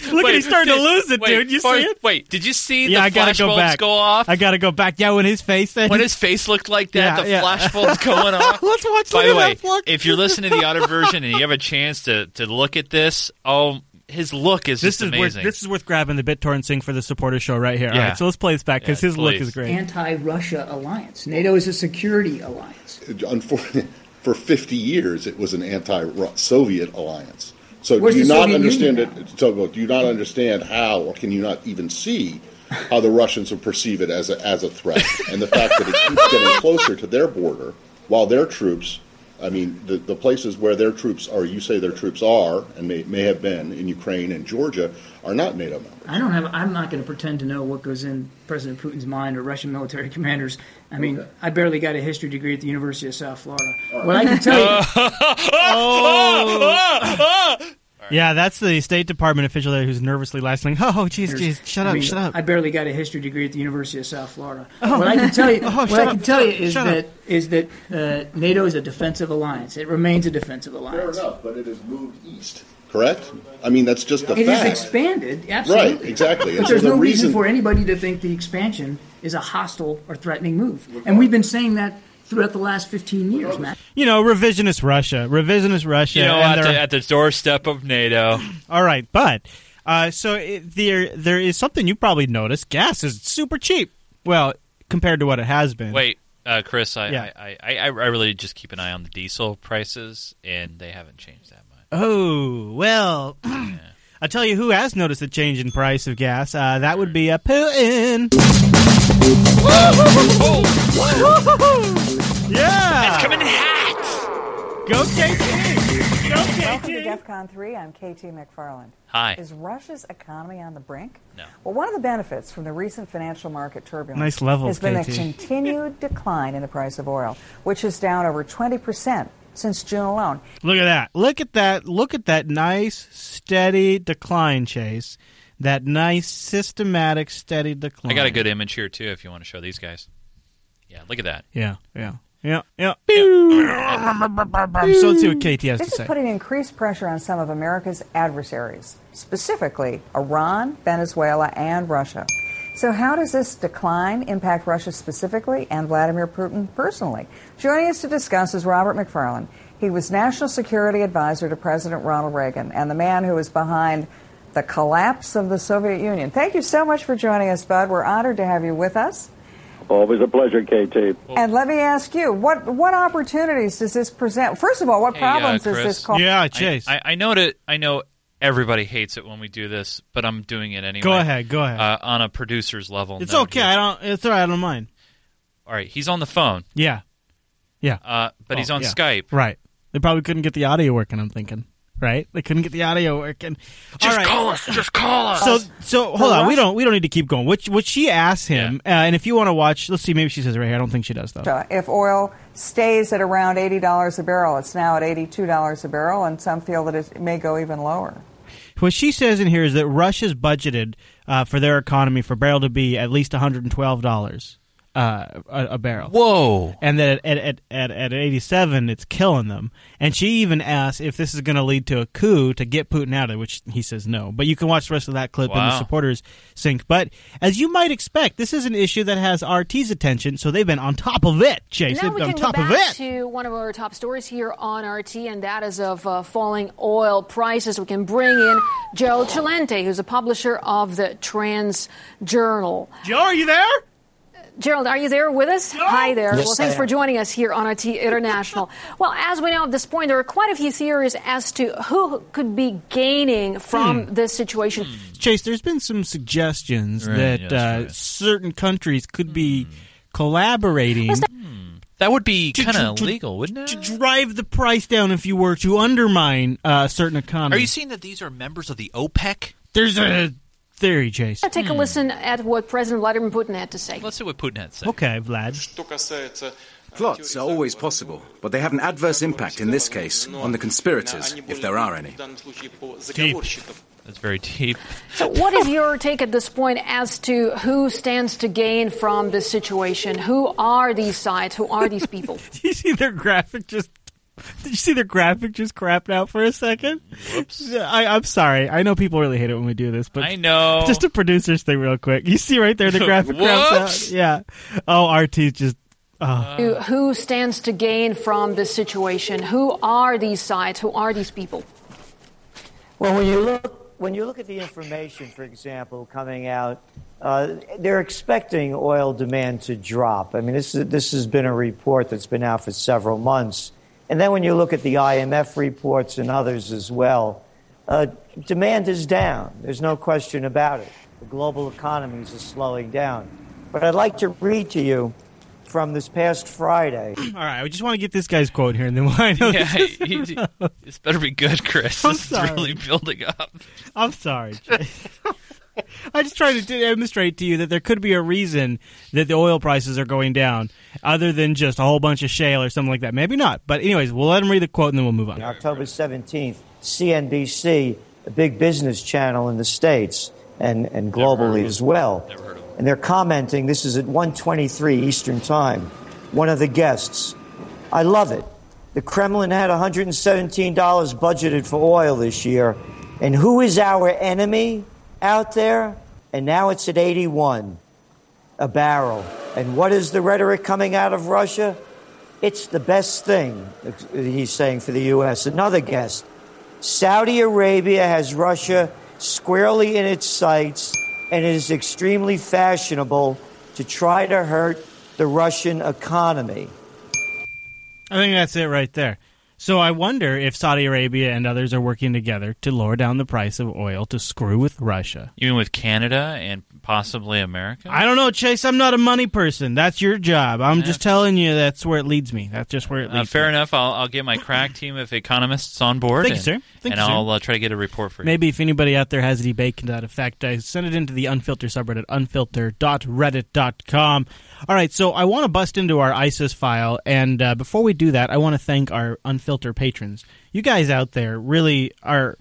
[SPEAKER 4] starting to lose it,
[SPEAKER 5] wait,
[SPEAKER 4] dude. You see
[SPEAKER 5] Bart,
[SPEAKER 4] it?
[SPEAKER 5] Wait, did you see
[SPEAKER 4] yeah,
[SPEAKER 5] the
[SPEAKER 4] I gotta go
[SPEAKER 5] flashbulbs
[SPEAKER 4] back.
[SPEAKER 5] go off?
[SPEAKER 4] I gotta go back. Yeah, when his face then
[SPEAKER 5] when his face looked like that,
[SPEAKER 4] Yeah,
[SPEAKER 5] the
[SPEAKER 4] yeah.
[SPEAKER 5] flashbulbs going
[SPEAKER 4] <laughs>
[SPEAKER 5] off.
[SPEAKER 4] Let's watch look
[SPEAKER 5] By the
[SPEAKER 4] at
[SPEAKER 5] way,
[SPEAKER 4] that look.
[SPEAKER 5] if you're listening to the audio version and you have a chance to, to look at this, oh, his look is
[SPEAKER 4] this
[SPEAKER 5] just
[SPEAKER 4] is worth,
[SPEAKER 5] amazing.
[SPEAKER 4] this is worth grabbing the BitTorrent sync for the supporter show right here. All
[SPEAKER 5] Yeah.
[SPEAKER 4] right, so let's play this back because
[SPEAKER 5] Yeah,
[SPEAKER 4] his look
[SPEAKER 5] please.
[SPEAKER 4] is great.
[SPEAKER 20] Anti-Russia alliance. NATO is a security alliance.
[SPEAKER 19] unfortunately, for 50 years, it was an anti-Soviet alliance. So
[SPEAKER 20] Where's
[SPEAKER 19] do you
[SPEAKER 20] the
[SPEAKER 19] not
[SPEAKER 20] Soviet
[SPEAKER 19] understand
[SPEAKER 20] Union
[SPEAKER 19] it? So do you not understand how, or can you not even see how the Russians would perceive it as a, as a threat, and the fact that it keeps getting closer to their border, while their troops, I mean, the, the places where their troops are, you say their troops are, and may, may have been in Ukraine and Georgia, are not NATO members.
[SPEAKER 20] I don't have. I'm not going to pretend to know what goes in President Putin's mind or Russian military <laughs> commanders. I mean, I barely got a history degree at the University of South Florida. What
[SPEAKER 19] <laughs>
[SPEAKER 20] I can tell you,
[SPEAKER 4] Oh.
[SPEAKER 19] <laughs>
[SPEAKER 4] Yeah, that's the State Department official there who's nervously listening. <laughs> Oh, jeez, jeez, shut
[SPEAKER 20] I
[SPEAKER 4] up,
[SPEAKER 20] mean,
[SPEAKER 4] shut up.
[SPEAKER 20] I barely got a history degree at the University of South Florida.
[SPEAKER 4] Oh.
[SPEAKER 20] What I can tell you,
[SPEAKER 4] <laughs> Oh,
[SPEAKER 20] what
[SPEAKER 4] shut
[SPEAKER 20] I
[SPEAKER 4] up,
[SPEAKER 20] can tell you
[SPEAKER 4] shut up,
[SPEAKER 20] is
[SPEAKER 4] shut up.
[SPEAKER 20] that is that uh, NATO is a defensive alliance. It remains a defensive
[SPEAKER 19] Fair
[SPEAKER 20] alliance.
[SPEAKER 19] enough, but it has moved east. Correct? I mean, that's just a
[SPEAKER 20] It
[SPEAKER 19] fact.
[SPEAKER 20] has expanded, absolutely.
[SPEAKER 19] Right, exactly.
[SPEAKER 20] But
[SPEAKER 19] And
[SPEAKER 20] there's
[SPEAKER 19] so the
[SPEAKER 20] no reason
[SPEAKER 19] reason-
[SPEAKER 20] for anybody to think the expansion is a hostile or threatening move. And we've been saying that throughout the last 15 years, Matt.
[SPEAKER 4] you know, revisionist Russia, revisionist Russia.
[SPEAKER 5] you know,
[SPEAKER 4] and
[SPEAKER 5] at
[SPEAKER 4] their-
[SPEAKER 5] the, at the doorstep
[SPEAKER 4] <clears throat>
[SPEAKER 5] of NATO.
[SPEAKER 4] All right, but uh, so it, there there is something you probably noticed. Gas is super cheap. Well, compared to what it has been.
[SPEAKER 5] Wait, uh, Chris, I,
[SPEAKER 4] Yeah.
[SPEAKER 5] I, I, I I really just keep an eye on the diesel prices, and they haven't changed that much.
[SPEAKER 4] Oh well. <clears throat> I tell you who has noticed a change in price of gas. Uh, that would be a Putin. yeah, it's coming in hot. Go KT. Go
[SPEAKER 21] Welcome to DEF CON 3. I'm KT McFarland.
[SPEAKER 5] Hi.
[SPEAKER 21] Is Russia's economy on the brink?
[SPEAKER 5] No.
[SPEAKER 21] Well, one of the benefits from the recent financial market turbulence
[SPEAKER 4] Nice levels,
[SPEAKER 21] has been
[SPEAKER 4] KT.
[SPEAKER 21] a continued decline in the price of oil, which is down over 20% since June alone.
[SPEAKER 4] Look at that. Look at that. Look at that nice, steady decline, Chase. That nice, systematic, steady decline.
[SPEAKER 5] I got a good image here, too, if you want to show these guys. Yeah, look at that.
[SPEAKER 4] Yeah, yeah, yeah, yeah. so let's see what KT
[SPEAKER 21] this
[SPEAKER 4] has to
[SPEAKER 21] is
[SPEAKER 4] say.
[SPEAKER 21] putting increased pressure on some of America's adversaries, specifically Iran, Venezuela, and Russia. So, how does this decline impact Russia specifically and Vladimir Putin personally? Joining us to discuss is Robert McFarland. He was National Security Advisor to President Ronald Reagan and the man who was behind the collapse of the Soviet Union. Thank you so much for joining us, Bud. We're honored to have you with us.
[SPEAKER 3] Always a pleasure, KT.
[SPEAKER 21] And let me ask you, what, what opportunities does this present? First of all, what
[SPEAKER 5] Hey, uh,
[SPEAKER 21] problems does
[SPEAKER 5] Chris.
[SPEAKER 21] this cause?
[SPEAKER 5] I, I, I know that I know everybody hates it when we do this, but I'm doing it anyway.
[SPEAKER 4] Go ahead, go ahead.
[SPEAKER 5] Uh, on a producer's level,
[SPEAKER 4] It's
[SPEAKER 5] no.
[SPEAKER 4] okay. I don't. It's all right. I don't mind.
[SPEAKER 5] All right, he's on the phone.
[SPEAKER 4] Yeah. Yeah.
[SPEAKER 5] Uh, but he's
[SPEAKER 4] Oh,
[SPEAKER 5] on
[SPEAKER 4] yeah.
[SPEAKER 5] Skype.
[SPEAKER 4] Right. They probably couldn't get the audio working. I'm thinking. Right. They couldn't get the audio working.
[SPEAKER 5] Just call us. Just call us.
[SPEAKER 4] So so hold on. We don't we don't need to keep going. What what she asks him, uh, and if you want to watch, let's see. Maybe she says it right here. I don't think she does though.
[SPEAKER 21] Uh, If oil stays at around $80 a barrel, it's now at $82 a barrel, and some feel that it may go even lower.
[SPEAKER 4] What she says in here is that Russia's budgeted uh, for their economy for barrel to be at least $112 uh, a, a barrel.
[SPEAKER 5] Whoa!
[SPEAKER 4] And that at, at, at, at 87, it's killing them. And she even asks if this is going to lead to a coup to get Putin out of it, which he says no. But you can watch the rest of that clip in the
[SPEAKER 5] Wow.
[SPEAKER 4] supporters sync. But as you might expect, this is an issue that has RT's attention, so they've been on top of it, Chase.
[SPEAKER 22] now
[SPEAKER 4] They've
[SPEAKER 22] we
[SPEAKER 4] been
[SPEAKER 22] can
[SPEAKER 4] on top
[SPEAKER 22] go
[SPEAKER 4] of
[SPEAKER 22] back
[SPEAKER 4] it.
[SPEAKER 22] to one of our top stories here on RT, and that is of uh, falling oil prices. We can bring in Joe Chalente, who's a publisher of the Trans Journal.
[SPEAKER 4] Joe, are you there?
[SPEAKER 22] Gerald, are you there with us? Hi there.
[SPEAKER 1] Yes,
[SPEAKER 22] well,
[SPEAKER 1] I
[SPEAKER 22] thanks for
[SPEAKER 1] am.
[SPEAKER 22] joining us here on
[SPEAKER 4] <laughs>
[SPEAKER 22] RT International. well, as we know at this point, there are quite a few theories as to who could be gaining from
[SPEAKER 4] Hmm.
[SPEAKER 22] this situation.
[SPEAKER 4] Chase, there's been some suggestions
[SPEAKER 5] Right,
[SPEAKER 4] that
[SPEAKER 5] yeah,
[SPEAKER 4] uh,
[SPEAKER 5] that's
[SPEAKER 4] certain countries could be collaborating.
[SPEAKER 5] Hmm. That would be
[SPEAKER 4] To-
[SPEAKER 5] kind of
[SPEAKER 4] to- to-
[SPEAKER 5] illegal, wouldn't it?
[SPEAKER 4] To drive the price down, if you were to undermine uh, certain economy.
[SPEAKER 5] Are you seeing that these are members of the OPEC? <laughs>
[SPEAKER 4] There's a theory, Chase.
[SPEAKER 22] Let's take a listen at what President Vladimir Putin had to say.
[SPEAKER 5] Let's see what Putin had to say.
[SPEAKER 4] Okay, Vlad.
[SPEAKER 23] Plots are always possible, but they have an adverse impact in this case on the conspirators, if there are any.
[SPEAKER 5] That's very deep.
[SPEAKER 22] So, what is your take at this point as to who stands to gain from this situation? Who are these sides? Who are these people?
[SPEAKER 4] Did <laughs> you see their graphic just? Did you see their graphic just crapped out for a second? I, I'm sorry. I know people really hate it when we do this, but
[SPEAKER 5] I know.
[SPEAKER 4] Just a producer's thing, real quick. You see right
[SPEAKER 5] <laughs>
[SPEAKER 4] there the graphic craps
[SPEAKER 22] Whoops.
[SPEAKER 4] out. Yeah. Oh, RT's just. Oh.
[SPEAKER 22] Who- who stands to gain from this situation? Who are these sides? Who are these people?
[SPEAKER 24] Well, when you look when you look at the information, for example, coming out, uh, they're expecting oil demand to drop. I mean, this is, this has been a report that's been out for several months, and then when you look at the IMF reports and others as well, uh, demand is down. There's no question about it. The global economies are slowing down. But I'd like to read to you from this past Friday.
[SPEAKER 4] <clears throat> All right, I just want to get this guy's quote here, and then we'll <laughs> I know.
[SPEAKER 5] Yeah,
[SPEAKER 4] this is-
[SPEAKER 5] he- he- this better be good, Chris.
[SPEAKER 4] I'm
[SPEAKER 5] this
[SPEAKER 4] sorry.
[SPEAKER 5] is really building up.
[SPEAKER 4] <laughs> I'm sorry. Jay. <laughs> I just tried to demonstrate to you that there could be a reason that the oil prices are going down, other than just a whole bunch of shale or something like that. Maybe not, but anyways, we'll let him read the quote and then we'll move on.
[SPEAKER 24] October 17th, CNBC, a big business channel in the States and, and globally as well. And they're commenting, this is at 123 Eastern Time. One of the guests, I love it. The Kremlin had $117 budgeted for oil this year. And who is our enemy out there? And now it's at 81 a barrel. And what is the rhetoric coming out of Russia? It's the best thing, he's saying for the U.S. Another guest Saudi Arabia has Russia squarely in its sights, and it is extremely fashionable to try to hurt the Russian economy.
[SPEAKER 4] I think that's it right there. So I wonder if Saudi Arabia and others are working together to lower down the price of oil to screw with Russia.
[SPEAKER 5] You mean with Canada and possibly America?
[SPEAKER 4] I don't know, Chase. I'm not a money person. That's your job. I'm just telling you that's where it leads me. That's just where it
[SPEAKER 5] Uh,
[SPEAKER 4] leads.
[SPEAKER 5] fair enough. I'll, I'll get my crack team of economists on board.
[SPEAKER 4] Thank you,
[SPEAKER 5] and,
[SPEAKER 4] sir. Thank
[SPEAKER 5] and
[SPEAKER 4] you, sir.
[SPEAKER 5] I'll uh, try to get a report for you.
[SPEAKER 4] Maybe if anybody out there has any bacon out of fact, I send it into the unfiltered subreddit, unfilter.reddit.com. All right, so I want to bust into our ISIS file, and uh, before we do that, I want to thank our unfiltered patrons. You guys out there really are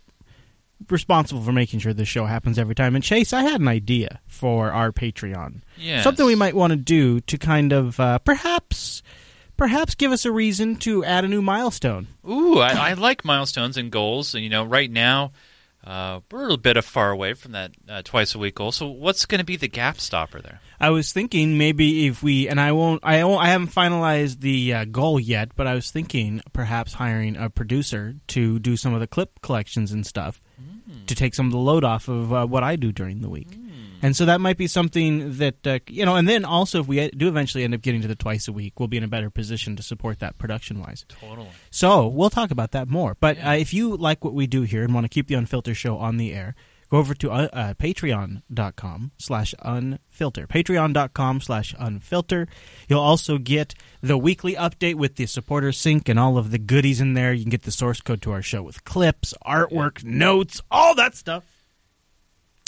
[SPEAKER 4] responsible for making sure this show happens every time. And Chase, I had an idea for our Patreon.
[SPEAKER 5] Yes.
[SPEAKER 4] Something we might want to do to kind of uh, perhaps perhaps give us a reason to add a new milestone.
[SPEAKER 5] Ooh, I, I like milestones and goals. And, you know, right now, Uh, we're a little bit of far away from that uh, twice a week goal. So what's going to be the gap stopper there?
[SPEAKER 4] I was thinking maybe if we and I won't I won't, I haven't finalized the uh, goal yet, but I was thinking perhaps hiring a producer to do some of the clip collections and stuff to take some of the load off of uh, what I do during the week. And so that might be something that uh, you know. And then also, if we do eventually end up getting to the twice a week, we'll be in a better position to support that production wise.
[SPEAKER 5] Totally.
[SPEAKER 4] So we'll talk about that more. But uh, if you like what we do here and want to keep the Unfiltered Show on the air, go over to uh, uh, patreon.com slash unfilter. Patreon.com slash unfilter. You'll also get the weekly update with the supporter sync and all of the goodies in there. You can get the source code to our show with clips, artwork, notes, all that stuff.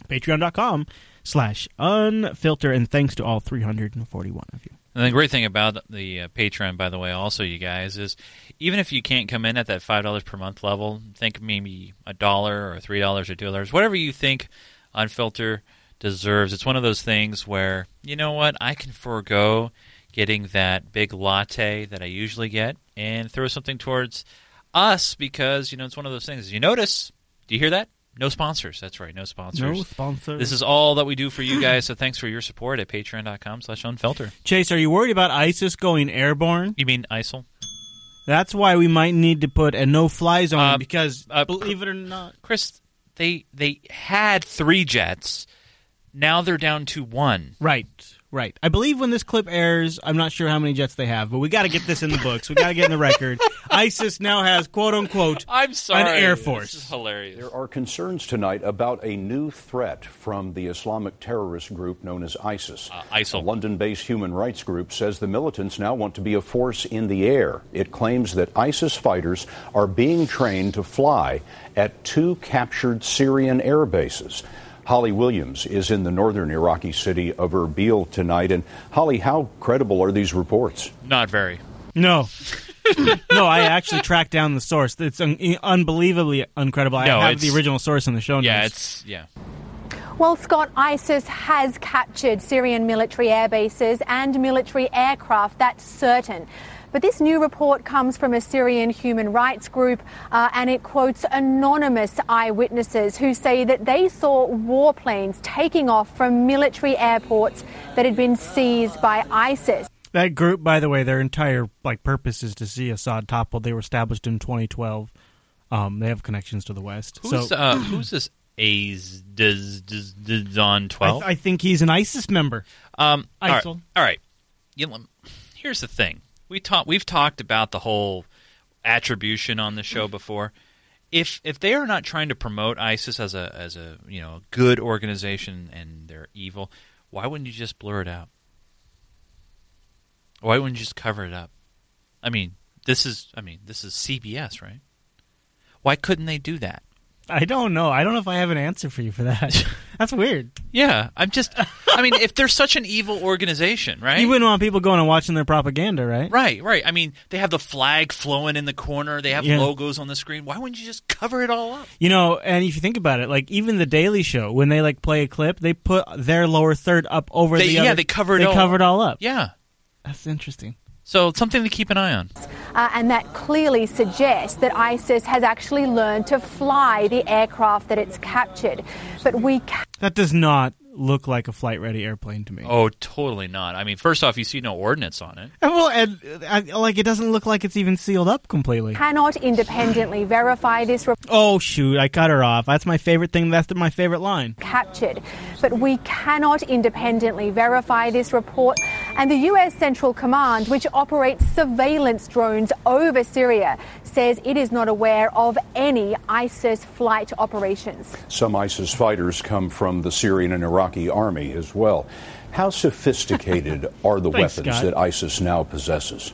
[SPEAKER 4] Patreon.com slash unfilter. And thanks to all 341 of you.
[SPEAKER 5] And the great thing about the uh, Patreon, by the way, also you guys is even if you can't come in at that five dollars per month level, think maybe a dollar or three dollars or two dollars, whatever you think Unfilter deserves. It's one of those things where you know what I can forego getting that big latte that I usually get and throw something towards us because you know it's one of those things. You notice? Do you hear that? No sponsors. That's right. No sponsors.
[SPEAKER 4] No sponsors.
[SPEAKER 5] This is all that we do for you guys. So thanks for your support at patreon.com slash unfilter.
[SPEAKER 4] Chase, are you worried about ISIS going airborne?
[SPEAKER 5] You mean ISIL?
[SPEAKER 4] That's why we might need to put a no fly zone
[SPEAKER 5] Uh,
[SPEAKER 4] because
[SPEAKER 5] believe
[SPEAKER 4] it or not,
[SPEAKER 5] Chris, they they had three jets. Now they're down to one.
[SPEAKER 4] Right, right. I believe when this clip airs, I'm not sure how many jets they have, but we got to get this in the books. We got to get in the
[SPEAKER 5] <laughs>
[SPEAKER 4] record. ISIS now has quote unquote
[SPEAKER 5] I'm sorry.
[SPEAKER 4] an air
[SPEAKER 5] This
[SPEAKER 4] force.
[SPEAKER 5] is hilarious.
[SPEAKER 2] There are concerns tonight about a new threat from the Islamic terrorist group known as ISIS.
[SPEAKER 5] Uh, ISIL.
[SPEAKER 2] A London based human rights group says the militants now want to be a force in the air. It claims that ISIS fighters are being trained to fly at two captured Syrian air bases. Holly Williams is in the northern Iraqi city of Erbil tonight. And, Holly, how credible are these reports?
[SPEAKER 5] Not very. <laughs>
[SPEAKER 4] No. no, I actually tracked down the source. It's un- unbelievably uncredible.
[SPEAKER 5] No,
[SPEAKER 4] I have the
[SPEAKER 5] it's-
[SPEAKER 4] original source in the show notes.
[SPEAKER 5] Yeah, it's yeah.
[SPEAKER 25] Well, Scott, ISIS has captured Syrian military air bases and military aircraft, that's certain. But this new report comes from a Syrian human rights group uh, and it quotes anonymous eyewitnesses who say that they saw warplanes taking off from military airports that had been seized by ISIS.
[SPEAKER 4] That group, by the way, their entire like purpose is to see Assad toppled. They were established in 2012. Um, they have connections to the West.
[SPEAKER 5] Who's
[SPEAKER 4] so
[SPEAKER 5] uh, who's this A's does does does on
[SPEAKER 4] I,
[SPEAKER 5] twelve?
[SPEAKER 4] I think he's an ISIS member.
[SPEAKER 5] Um, all right.
[SPEAKER 4] ISIL.
[SPEAKER 5] All right. You know, here's the thing. We talk, We've talked about the whole attribution on the show before. If if they are not trying to promote ISIS as a as a you know good organization and they're evil, why wouldn't you just blur it out? Why wouldn't you just cover it up? I mean, this is I mean this is CBS, right? Why couldn't they do that?
[SPEAKER 4] I don't know. I don't know if I have an answer for you for
[SPEAKER 5] <laughs>
[SPEAKER 4] that. That's weird.
[SPEAKER 5] Yeah, I'm just. I mean, if they're such an evil organization, right?
[SPEAKER 4] You wouldn't want people going and watching their propaganda, right?
[SPEAKER 5] Right, right. I mean, they have the flag flowing in the corner. They have
[SPEAKER 4] Yeah.
[SPEAKER 5] logos on the screen. Why wouldn't you just cover it all up?
[SPEAKER 4] You know, and if you think about it, like even the Daily Show, when they like play a clip, they put their lower third up over
[SPEAKER 5] They-
[SPEAKER 4] the
[SPEAKER 5] yeah,
[SPEAKER 4] other-
[SPEAKER 5] they cover it
[SPEAKER 4] They
[SPEAKER 5] all-
[SPEAKER 4] cover it all up.
[SPEAKER 5] Yeah.
[SPEAKER 4] That's interesting.
[SPEAKER 5] So it's something to keep an eye on.
[SPEAKER 25] Uh, and that clearly suggests that ISIS has actually learned to fly the aircraft that it's captured. But we can
[SPEAKER 4] That does not look like a flight-ready airplane to me.
[SPEAKER 5] Oh, totally not. I mean, first off, you see no ordinance on it.
[SPEAKER 4] And Well, and uh, I, like it doesn't look like it's even sealed up completely.
[SPEAKER 25] cannot independently verify this report
[SPEAKER 4] Oh shoot! I cut her off. That's my favorite thing. That's my favorite line.
[SPEAKER 25] captured. But we cannot independently verify this report. And the U.S. Central Command, which operates surveillance drones over Syria, says it is not aware of any ISIS flight operations.
[SPEAKER 2] Some ISIS fighters come from the Syrian and Iraqi army as well. How sophisticated are the
[SPEAKER 25] Thanks,
[SPEAKER 2] weapons
[SPEAKER 25] Scott.
[SPEAKER 2] that ISIS now possesses?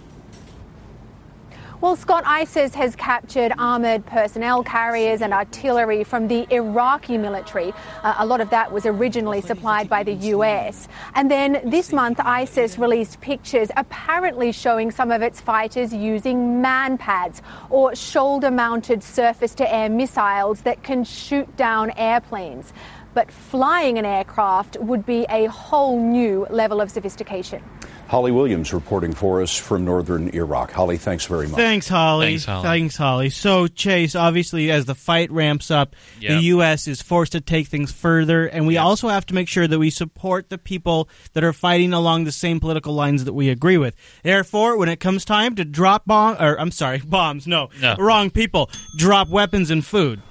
[SPEAKER 25] Well, Scott, ISIS has captured armored personnel carriers and artillery from the Iraqi military. Uh, a lot of that was originally supplied by the US. And then this month, ISIS released pictures apparently showing some of its fighters using man pads or shoulder mounted surface to air missiles that can shoot down airplanes. but flying an aircraft would be a whole new level of sophistication.
[SPEAKER 26] Holly Williams reporting for us from northern Iraq. Holly, thanks very much.
[SPEAKER 4] Thanks, Holly.
[SPEAKER 26] Thanks, Holly.
[SPEAKER 4] Thanks, Holly. So, Chase, obviously, as the fight ramps up,
[SPEAKER 5] Yep.
[SPEAKER 4] the U.S. is forced to take things further, and we also have to make sure that we support the people that are fighting along the same political lines that we agree with. Therefore, when it comes time to drop bomb, or I'm sorry, <laughs> bombs, no,
[SPEAKER 5] No.
[SPEAKER 4] wrong people, drop weapons and food.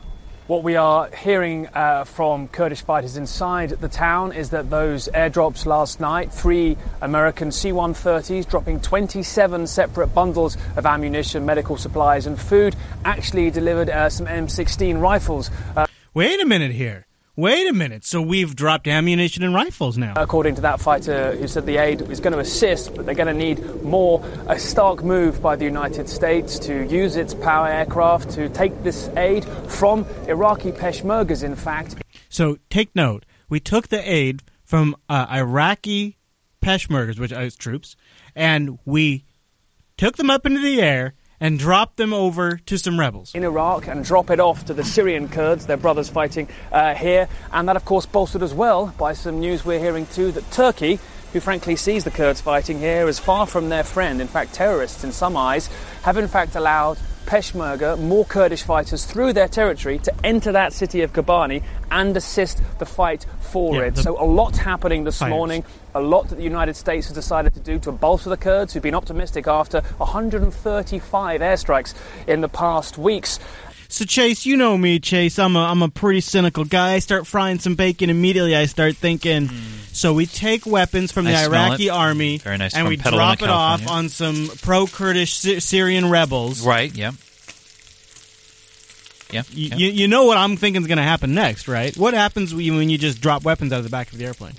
[SPEAKER 27] What we are hearing uh, from Kurdish fighters inside the town is that those airdrops last night, three American C 130s dropping 27 separate bundles of ammunition, medical supplies, and food, actually delivered uh, some M16 rifles. Uh,
[SPEAKER 4] Wait a minute here. Wait a minute. So we've dropped ammunition and rifles now.
[SPEAKER 27] According to that fighter who said the aid is going to assist, but they're going to need more, a stark move by the United States to use its power aircraft to take this aid from Iraqi Peshmergas, in fact.
[SPEAKER 4] So take note. We took the aid from uh, Iraqi Peshmergas, which is troops, and we took them up into the air and dropped them over to some rebels.
[SPEAKER 27] in Iraq and drop it off to the Syrian Kurds, their brothers fighting uh, here. And that, of course, bolstered as well by some news we're hearing too that Turkey, who frankly sees the Kurds fighting here, is far from their friend. In fact, terrorists in some eyes have in fact allowed. Peshmerga, more Kurdish fighters through their territory to enter that city of Kobani and assist the fight for
[SPEAKER 4] Yeah,
[SPEAKER 27] it.
[SPEAKER 4] the-
[SPEAKER 27] So, a lot happening this
[SPEAKER 4] Fighters.
[SPEAKER 27] morning, a lot that the United States has decided to do to bolster the Kurds, who've been optimistic after 135 airstrikes in the past weeks.
[SPEAKER 4] So Chase, you know me, Chase. I'm a I'm a pretty cynical guy. I start frying some bacon immediately. I start thinking. So we take weapons from
[SPEAKER 5] Hmm. I
[SPEAKER 4] the
[SPEAKER 5] smell
[SPEAKER 4] Iraqi
[SPEAKER 5] it.
[SPEAKER 4] army,
[SPEAKER 5] Very nice.
[SPEAKER 4] and
[SPEAKER 5] From
[SPEAKER 4] we
[SPEAKER 5] Petaluma,
[SPEAKER 4] drop it off
[SPEAKER 5] California.
[SPEAKER 4] on some pro Kurdish Sy- Syrian rebels.
[SPEAKER 5] Right. Yeah. Yeah.
[SPEAKER 4] Y-
[SPEAKER 5] yeah.
[SPEAKER 4] You, you know what I'm thinking is going to happen next, right? What happens when you, when you just drop weapons out of the back of the airplane?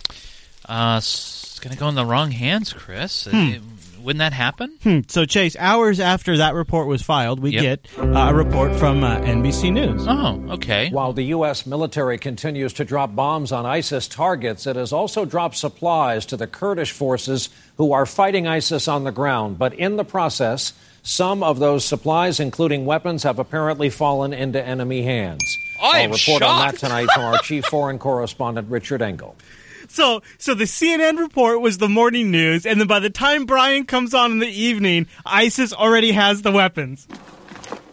[SPEAKER 5] Uh, s- it's going to go in the wrong hands, Chris.
[SPEAKER 4] Hmm.
[SPEAKER 5] It- wouldn't that happen?
[SPEAKER 4] Hmm. So, Chase, hours after that report was filed, we
[SPEAKER 5] Yep.
[SPEAKER 4] get uh, a report from uh, NBC News.
[SPEAKER 5] Oh, okay.
[SPEAKER 7] While the U.S. military continues to drop bombs on ISIS targets, it has also dropped supplies to the Kurdish forces who are fighting ISIS on the ground. But in the process, some of those supplies, including weapons, have apparently fallen into enemy hands.
[SPEAKER 5] I
[SPEAKER 7] I'll
[SPEAKER 5] am
[SPEAKER 7] report on that
[SPEAKER 5] shocked.
[SPEAKER 7] tonight from
[SPEAKER 5] <laughs>
[SPEAKER 7] our chief foreign correspondent, Richard Engel.
[SPEAKER 4] So, so the CNN report was the morning news, and then by the time Brian comes on in the evening, ISIS already has the weapons.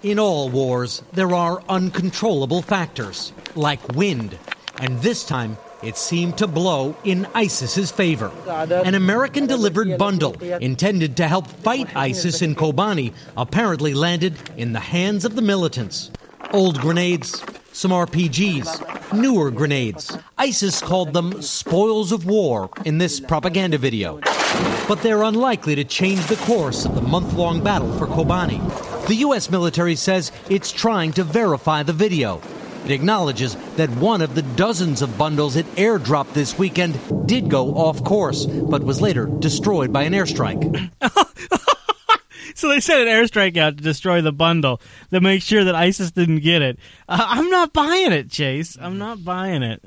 [SPEAKER 8] In all wars, there are uncontrollable factors, like wind. And this time, it seemed to blow in ISIS's favor. An American delivered bundle intended to help fight ISIS in Kobani apparently landed in the hands of the militants. Old grenades, some RPGs, newer grenades. ISIS called them spoils of war in this propaganda video. But they're unlikely to change the course of the month long battle for Kobani. The U.S. military says it's trying to verify the video. It acknowledges that one of the dozens of bundles it airdropped this weekend did go off course, but was later destroyed by an airstrike.
[SPEAKER 4] So they sent an airstrike out to destroy the bundle to make sure that ISIS didn't get it. Uh, I'm not buying it, Chase. I'm not buying it.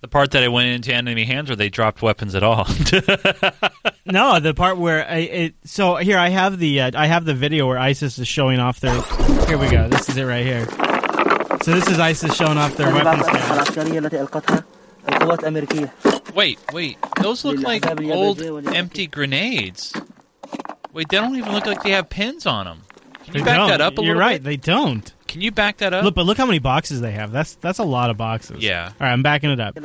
[SPEAKER 5] The part that it went into enemy hands, where they dropped weapons at all. <laughs>
[SPEAKER 4] No, the part where I, it. So here I have the uh, I have the video where ISIS is showing off their. Here we go. This is it right here. So this is ISIS showing off their weapons.
[SPEAKER 5] wait, wait. Those look like old empty grenades. Wait, they don't even look like they have pins on them. Can you
[SPEAKER 4] They
[SPEAKER 5] back
[SPEAKER 4] don't.
[SPEAKER 5] that up a
[SPEAKER 4] You're
[SPEAKER 5] little
[SPEAKER 4] right.
[SPEAKER 5] bit?
[SPEAKER 4] They don't.
[SPEAKER 5] Can you back that up?
[SPEAKER 4] Look, but look how many boxes they have. That's that's a lot of boxes.
[SPEAKER 5] Yeah.
[SPEAKER 4] All right, I'm backing it up.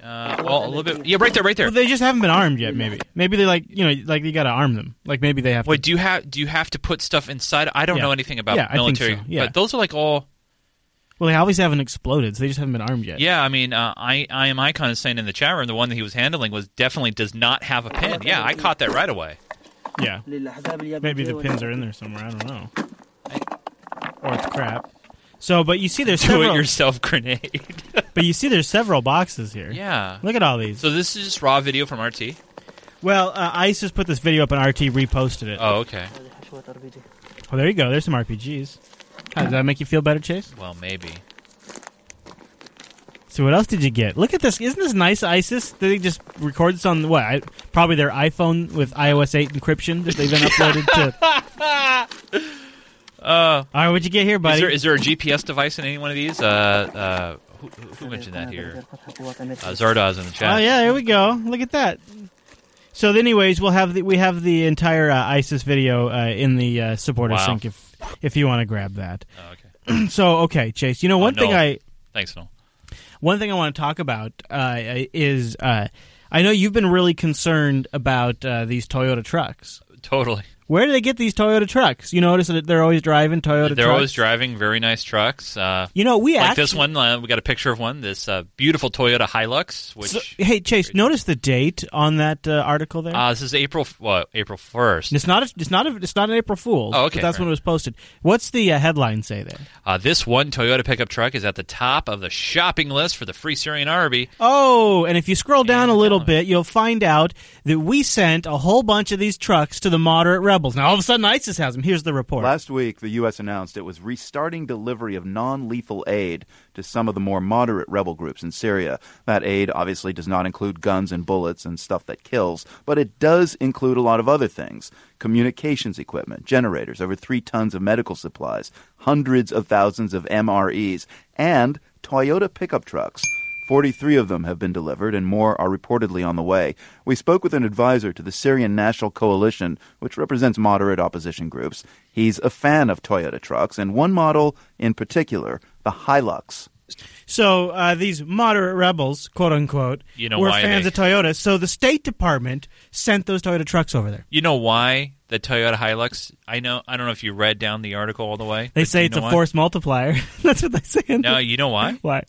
[SPEAKER 5] Uh, oh, a little bit. Yeah, right there, right there.
[SPEAKER 4] Well, they just haven't been armed yet. Maybe. Maybe they like you know like you got to arm them. Like maybe they have.
[SPEAKER 5] Wait, do you have do you have to put stuff inside? I don't
[SPEAKER 4] Yeah.
[SPEAKER 5] know anything about
[SPEAKER 4] Yeah, I think
[SPEAKER 5] military,
[SPEAKER 4] so, yeah.
[SPEAKER 5] but those are like all.
[SPEAKER 4] Well, they obviously haven't exploded, so they just haven't been armed yet.
[SPEAKER 5] Yeah, I mean, uh, I I am icon is saying in the chat room the one that he was handling was definitely does not have a pin. Yeah, I caught that right away.
[SPEAKER 4] Yeah. Maybe the pins are in there somewhere. I don't know. Or it's crap. So, but you see, there's
[SPEAKER 5] Do it
[SPEAKER 4] several.
[SPEAKER 5] yourself grenade.
[SPEAKER 4] <laughs> But you see, there's several boxes here.
[SPEAKER 5] yeah.
[SPEAKER 4] Look at all these.
[SPEAKER 5] So this is just raw video from RT.
[SPEAKER 4] Well, uh, ICE just put this video up and RT reposted it.
[SPEAKER 5] Oh, okay.
[SPEAKER 4] Well, there you go. There's some RPGs. How, does that make you feel better, Chase?
[SPEAKER 5] Well, maybe.
[SPEAKER 4] So, what else did you get? Look at this. Isn't this nice, ISIS? They just record this on what? I, probably their iPhone with iOS 8 encryption that
[SPEAKER 5] <laughs>
[SPEAKER 4] they've been uploaded to.
[SPEAKER 5] Uh, All
[SPEAKER 4] right, what'd you get here, buddy?
[SPEAKER 5] Is there, is there a GPS device in any one of these? Uh, uh, who, who mentioned that here? Uh, Zardoz in the chat.
[SPEAKER 4] Oh yeah, there we go. Look at that. So, anyways, we'll have the, we have the entire uh, ISIS video uh, in the uh, supporter
[SPEAKER 5] Wow.
[SPEAKER 4] sync if if you want to grab that.
[SPEAKER 5] Oh,
[SPEAKER 4] okay. <clears throat> so, okay, Chase. You know,
[SPEAKER 5] Oh,
[SPEAKER 4] one thing
[SPEAKER 5] Noel.
[SPEAKER 4] I
[SPEAKER 5] Thanks, Noel.
[SPEAKER 4] one thing I want to talk about uh, is uh, I know you've been really concerned about uh, these Toyota trucks. <laughs>
[SPEAKER 5] Totally.
[SPEAKER 4] Where do they get these Toyota trucks? You notice that they're always driving Toyota.
[SPEAKER 5] They're
[SPEAKER 4] trucks?
[SPEAKER 5] always driving very nice trucks. Uh,
[SPEAKER 4] You know, we
[SPEAKER 5] like
[SPEAKER 4] actually-
[SPEAKER 5] this one. Uh, we got a picture of one. This uh, beautiful Toyota Hilux, which
[SPEAKER 4] So- hey, Chase, notice the date on that uh, article there.
[SPEAKER 5] uh, this is April f- well, April first.
[SPEAKER 4] it's not. A, it's not. A, it's not an April Fool's.
[SPEAKER 5] Oh, okay,
[SPEAKER 4] But that's
[SPEAKER 5] right.
[SPEAKER 4] when it was posted. What's the uh, headline say there?
[SPEAKER 5] Uh, this one Toyota pickup truck is at the top of the shopping list for the Free Syrian Army.
[SPEAKER 4] Oh, and if you scroll down a little bit, you'll find out that we sent a whole bunch of these trucks to the moderate rebels. Now all of a sudden, ISIS has them. Here's the report.
[SPEAKER 10] Last week, the U.S. announced it was restarting delivery of non lethal aid to some of the more moderate rebel groups in Syria. That aid obviously does not include guns and bullets and stuff that kills, but it does include a lot of other things communications equipment, generators, over three tons of medical supplies, hundreds of thousands of MREs, and Toyota pickup trucks. 43 of them have been delivered, and more are reportedly on the way. We spoke with an advisor to the Syrian National Coalition, which represents moderate opposition groups. He's a fan of Toyota trucks, and one model in particular, the Hilux.
[SPEAKER 4] So uh, these moderate rebels, quote unquote,
[SPEAKER 5] You know
[SPEAKER 4] were
[SPEAKER 5] why
[SPEAKER 4] fans
[SPEAKER 5] they-
[SPEAKER 4] of Toyota. So the State Department sent those Toyota trucks over there.
[SPEAKER 5] You know why the Toyota Hilux? I know. I don't know if you read down the article all the way.
[SPEAKER 4] They
[SPEAKER 5] but
[SPEAKER 4] say
[SPEAKER 5] you
[SPEAKER 4] it's
[SPEAKER 5] know
[SPEAKER 4] a
[SPEAKER 5] why?
[SPEAKER 4] force multiplier. <laughs> That's what they say. in
[SPEAKER 5] No,
[SPEAKER 4] the-
[SPEAKER 5] you know why?
[SPEAKER 4] Why?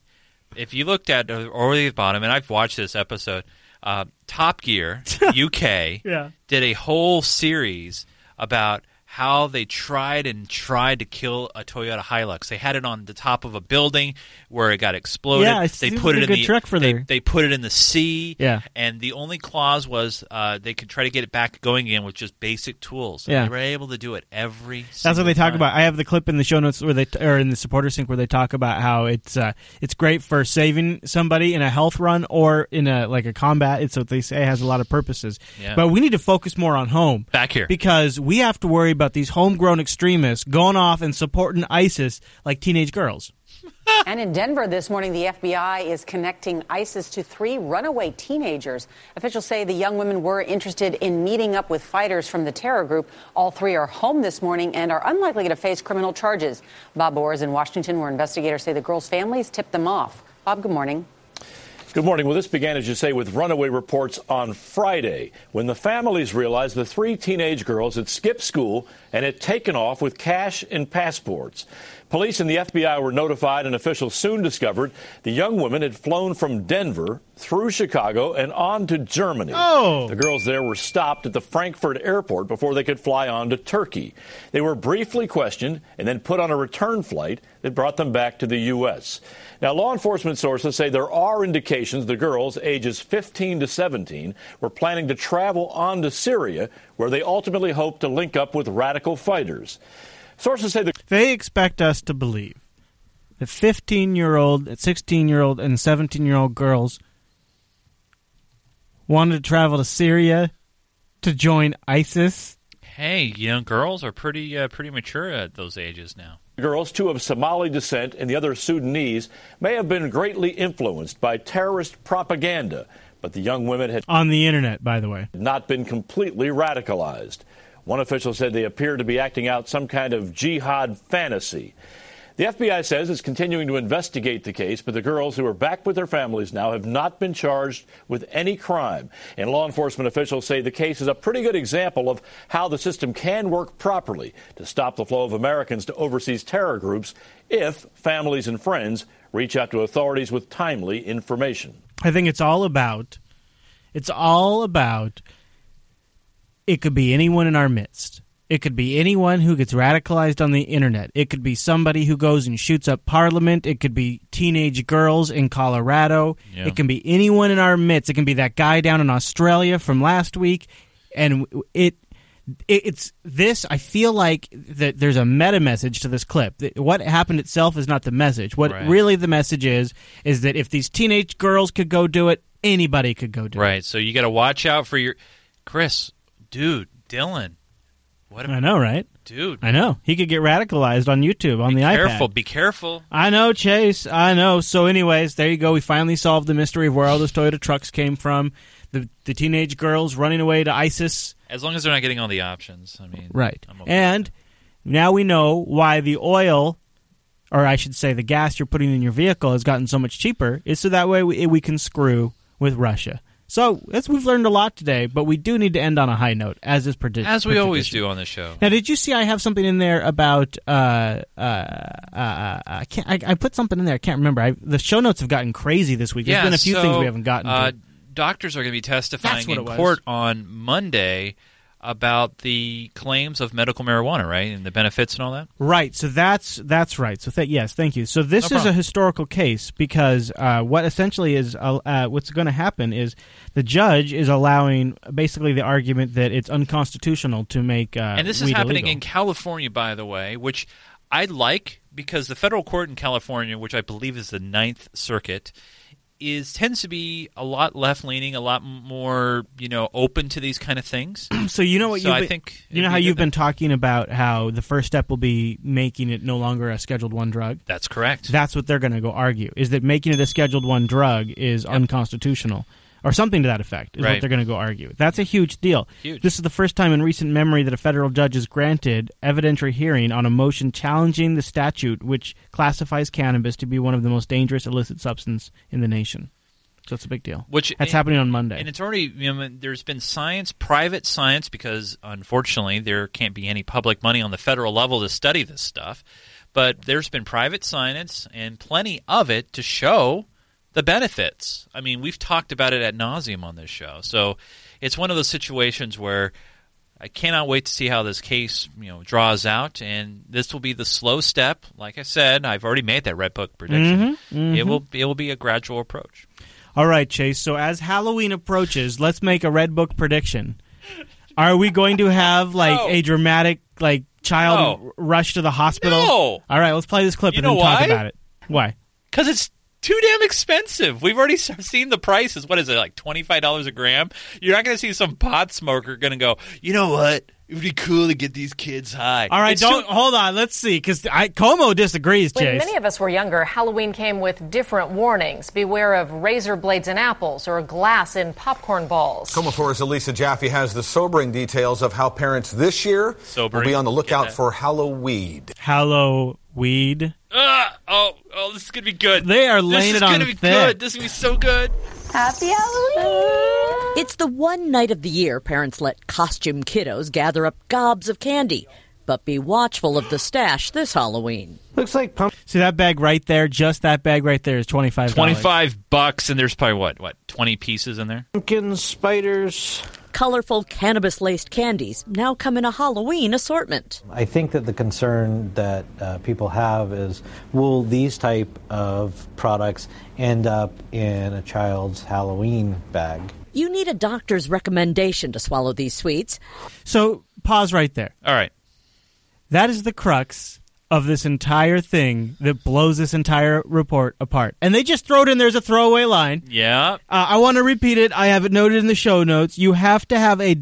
[SPEAKER 5] If you looked at uh, over the bottom, and I've watched this episode, uh,
[SPEAKER 4] <laughs>
[SPEAKER 5] Top Gear UK
[SPEAKER 4] Yeah.
[SPEAKER 5] did a whole series about how they tried and tried to kill a Toyota Hilux. They had it on the top of a building where it got exploded.
[SPEAKER 4] Yeah, it
[SPEAKER 5] they
[SPEAKER 4] seems
[SPEAKER 5] put
[SPEAKER 4] like
[SPEAKER 5] it
[SPEAKER 4] a
[SPEAKER 5] in
[SPEAKER 4] good
[SPEAKER 5] the
[SPEAKER 4] trick for
[SPEAKER 5] they,
[SPEAKER 4] there.
[SPEAKER 5] they put it in the sea.
[SPEAKER 4] Yeah.
[SPEAKER 5] and the only clause was uh, they could try to get it back going again with just basic tools. And
[SPEAKER 4] Yeah.
[SPEAKER 5] they were able to do it every.
[SPEAKER 4] That's what they talk
[SPEAKER 5] single time.
[SPEAKER 4] about. I have the clip in the show notes where they or in the supporter sync where they talk about how it's uh, it's great for saving somebody in a health run or in a like a combat. It's what they say has a lot of purposes.
[SPEAKER 5] Yeah.
[SPEAKER 4] But we need to focus more on home
[SPEAKER 5] Back here.
[SPEAKER 4] because we have to worry about these homegrown extremists going off and supporting ISIS like teenage girls.
[SPEAKER 12] and in Denver this morning, the FBI is connecting ISIS to three runaway teenagers. Officials say the young women were interested in meeting up with fighters from the terror group. All three are home this morning and are unlikely to face criminal charges. Bob Orr is in Washington, where investigators say the girls' families tipped them off. Bob, good morning.
[SPEAKER 13] Good morning. Well, this began, as you say, with runaway reports on Friday when the families realized the three teenage girls had skipped school and had taken off with cash and passports. Police and the FBI were notified, and officials soon discovered the young women had flown from Denver through Chicago and on to Germany.
[SPEAKER 4] Oh.
[SPEAKER 13] The girls there were stopped at the Frankfurt airport before they could fly on to Turkey. They were briefly questioned and then put on a return flight that brought them back to the U.S. Now, law enforcement sources say there are indications the girls, ages 15 to 17, were planning to travel on to Syria, where they ultimately hoped to link up with radical fighters. Sources say the
[SPEAKER 4] They expect us to believe that 15 year old, 16 year old, and 17 year old girls wanted to travel to Syria to join ISIS.
[SPEAKER 5] Hey, young girls are pretty uh, pretty mature at those ages now.
[SPEAKER 13] Girls, two of Somali descent and the other Sudanese, may have been greatly influenced by terrorist propaganda, but the young women had
[SPEAKER 4] On the internet, by the way.
[SPEAKER 13] not been completely radicalized. One official said they appear to be acting out some kind of jihad fantasy. The FBI says it's continuing to investigate the case, but the girls who are back with their families now have not been charged with any crime. And law enforcement officials say the case is a pretty good example of how the system can work properly to stop the flow of Americans to overseas terror groups if families and friends reach out to authorities with timely information.
[SPEAKER 4] I think it's all about, it's all about, it could be anyone in our midst. It could be anyone who gets radicalized on the internet. It could be somebody who goes and shoots up parliament. It could be teenage girls in Colorado.
[SPEAKER 5] Yeah.
[SPEAKER 4] It can be anyone in our midst. It can be that guy down in Australia from last week. And it, it it's this. I feel like that there's a meta message to this clip. That What happened itself is not the message. What
[SPEAKER 5] Right.
[SPEAKER 4] really the message is is that if these teenage girls could go do it, anybody could go do it.
[SPEAKER 5] Right. So you got to watch out for your Chris, dude, Dylan. What
[SPEAKER 4] I know, right?
[SPEAKER 5] dude.
[SPEAKER 4] I know he could get radicalized on YouTube on the
[SPEAKER 5] Careful,
[SPEAKER 4] iPad.
[SPEAKER 5] be careful.
[SPEAKER 4] I know, Chase. I know. So, anyways, there you go. We finally solved the mystery of where all those Toyota trucks came from. The the teenage girls running away to ISIS.
[SPEAKER 5] As long as they're not getting all the options. I mean,
[SPEAKER 4] Right.
[SPEAKER 5] I'm okay.
[SPEAKER 4] And now we know why the oil, or I should say the gas you're putting in your vehicle, has gotten so much cheaper. Is so that way we, we can screw with Russia. So that's, we've learned a lot today, but we do need to end on a high note, as is predicted.
[SPEAKER 5] as we always do on the show.
[SPEAKER 4] Now, did you see? I have something in there about. Uh, uh, uh, I, can't, I, I put something in there. I can't remember. I, the show notes have gotten crazy this week. There's been a few
[SPEAKER 5] so,
[SPEAKER 4] things we haven't gotten. to.
[SPEAKER 5] Uh, doctors are going to be
[SPEAKER 4] That's
[SPEAKER 5] testifying
[SPEAKER 4] what
[SPEAKER 5] in
[SPEAKER 4] it was.
[SPEAKER 5] court on Monday about the claims of medical marijuana, right, and the benefits and all that.
[SPEAKER 4] Right. So that's that's right. So th- yes, thank you. So
[SPEAKER 5] No
[SPEAKER 4] this is a
[SPEAKER 5] problem.
[SPEAKER 4] historical case because uh, what essentially is uh, uh, what's going to happen is the judge is allowing basically the argument that it's unconstitutional to make uh,
[SPEAKER 5] and this is
[SPEAKER 4] weed
[SPEAKER 5] happening
[SPEAKER 4] illegal.
[SPEAKER 5] in California, by the way, which I like because the federal court in California, which I believe is the Ninth Circuit, is tends to be a lot left leaning, a lot more you know open to these kind of things.
[SPEAKER 4] <clears throat> so you know what
[SPEAKER 5] So
[SPEAKER 4] you've
[SPEAKER 5] I
[SPEAKER 4] been-
[SPEAKER 5] think
[SPEAKER 4] you know
[SPEAKER 5] it'd
[SPEAKER 4] how
[SPEAKER 5] be a
[SPEAKER 4] you've
[SPEAKER 5] good
[SPEAKER 4] been talking about how the first step will be making it no longer a scheduled 1 drug.
[SPEAKER 5] That's correct.
[SPEAKER 4] That's what they're going to go argue is that making it a scheduled 1 drug is unconstitutional or something to that effect is what
[SPEAKER 5] Right.
[SPEAKER 4] they're going to go argue. That's a huge deal.
[SPEAKER 5] Huge.
[SPEAKER 4] This is the first time in recent memory that a federal judge has granted evidentiary hearing on a motion challenging the statute which classifies cannabis to be one of the most dangerous illicit substance in the nation. So it's a big deal.
[SPEAKER 5] Which
[SPEAKER 4] that's happening on Monday.
[SPEAKER 5] and it's already you know, there's been science, private science, because unfortunately there can't be any public money on the federal level to study this stuff. But there's been private science and plenty of it to show the benefits. I mean, we've talked about it at nauseum on this show, so it's one of those situations where I cannot wait to see how this case you know draws out, and this will be the slow step. Like I said, I've already made that red book prediction.
[SPEAKER 4] Mhm, mhm.
[SPEAKER 5] It will it will be a gradual approach.
[SPEAKER 4] All right, Chase. So as Halloween approaches, let's make a red book prediction. Are we going to have like a dramatic like child
[SPEAKER 5] No.
[SPEAKER 4] r- rush to the hospital?
[SPEAKER 5] No.
[SPEAKER 4] All right, let's play this clip
[SPEAKER 5] You
[SPEAKER 4] and
[SPEAKER 5] know
[SPEAKER 4] then talk
[SPEAKER 5] why?
[SPEAKER 4] about it. Why?
[SPEAKER 5] Because it's too damn expensive. We've already s- seen the prices. What is it, like $25 a gram? You're not going to see some pot smoker going to go, you know what? It would be cool to get these kids high.
[SPEAKER 4] All right,
[SPEAKER 5] It's
[SPEAKER 4] don't
[SPEAKER 5] too-
[SPEAKER 4] hold on. Let's see, because Como disagrees,
[SPEAKER 9] When
[SPEAKER 4] Chase.
[SPEAKER 9] many of us were younger, Halloween came with different warnings. Beware of razor blades in apples or glass in popcorn balls.
[SPEAKER 11] Comafor's Elisa Jaffe has the sobering details of how parents this year
[SPEAKER 5] Sobering.
[SPEAKER 11] will be on the
[SPEAKER 5] Get
[SPEAKER 11] lookout
[SPEAKER 5] that.
[SPEAKER 11] for Halloween.
[SPEAKER 4] Hallow weed.
[SPEAKER 5] Ah, oh, oh, this is going to be good.
[SPEAKER 4] They are laying
[SPEAKER 5] this
[SPEAKER 4] it
[SPEAKER 5] is
[SPEAKER 4] on
[SPEAKER 5] gonna be
[SPEAKER 4] thick.
[SPEAKER 5] good. This is going to be so good.
[SPEAKER 14] Happy Halloween! It's the one night of the year parents let costume kiddos gather up gobs of candy. But be watchful of the stash this Halloween.
[SPEAKER 4] Looks like pump. See that bag right there? Just that bag right there is twenty five.
[SPEAKER 5] 25 bucks, and there's probably what, what, 20 pieces in there?
[SPEAKER 14] Pumpkins, spiders. Colorful cannabis laced candies now come in a Halloween assortment.
[SPEAKER 15] I think that the concern that uh, people have is will these type of products end up in a child's Halloween bag?
[SPEAKER 14] You need a doctor's recommendation to swallow these sweets.
[SPEAKER 4] So pause right there.
[SPEAKER 5] All right.
[SPEAKER 4] That is the crux of this entire thing that blows this entire report apart. And they just throw it in there as a throwaway line.
[SPEAKER 5] Yeah.
[SPEAKER 4] Uh, I want to repeat it. I have it noted in the show notes. You have to have a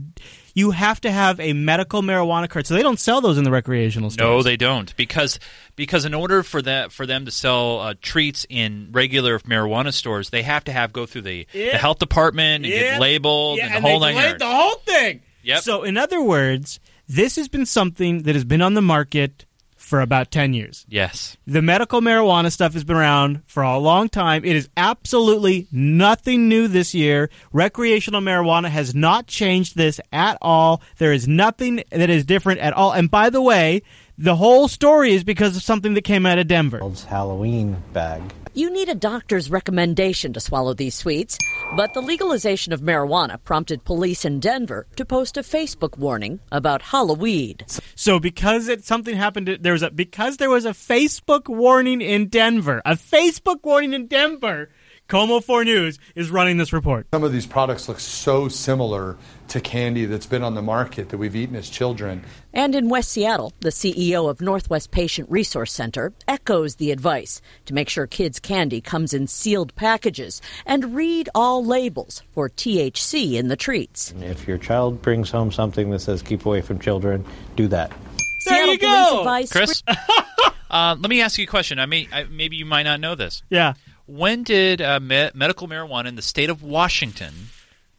[SPEAKER 4] you have to have a medical marijuana card. So they don't sell those in the recreational stores.
[SPEAKER 5] No, they don't because because in order for that for them to sell uh, treats in regular marijuana stores, they have to have go through the, the
[SPEAKER 4] Yeah.
[SPEAKER 5] health department and
[SPEAKER 4] Yeah.
[SPEAKER 5] get labeled
[SPEAKER 4] Yeah,
[SPEAKER 5] and the
[SPEAKER 4] and
[SPEAKER 5] whole
[SPEAKER 4] they
[SPEAKER 5] nine
[SPEAKER 4] delayed
[SPEAKER 5] yards.
[SPEAKER 4] the whole thing.
[SPEAKER 5] Yep.
[SPEAKER 4] So in other words, this has been something that has been on the market for about 10 years.
[SPEAKER 5] Yes.
[SPEAKER 4] The medical marijuana stuff has been around for a long time. It is absolutely nothing new this year. Recreational marijuana has not changed this at all. There is nothing that is different at all. And by the way, the whole story is because of something that came out of Denver.
[SPEAKER 15] Halloween bag.
[SPEAKER 14] You need a doctor's recommendation to swallow these sweets, but the legalization of marijuana prompted police in Denver to post a Facebook warning about Halloween.
[SPEAKER 4] So because it something happened, there was a because there was a Facebook warning in Denver, a Facebook warning in Denver. Como Four News is running this report.
[SPEAKER 1] Some of these products look so similar to candy that's been on the market that we've eaten as children.
[SPEAKER 14] And in West Seattle, the CEO of Northwest Patient Resource Center echoes the advice to make sure kids' candy comes in sealed packages and read all labels for THC in the treats.
[SPEAKER 15] If your child brings home something that says keep away from children, do that.
[SPEAKER 14] Seattle
[SPEAKER 4] you go.
[SPEAKER 14] Police advise
[SPEAKER 5] Chris,
[SPEAKER 4] <laughs>
[SPEAKER 5] uh, let me ask you a question. I may, I, maybe you might not know this.
[SPEAKER 4] Yeah.
[SPEAKER 5] When did uh, me- medical marijuana in the state of Washington,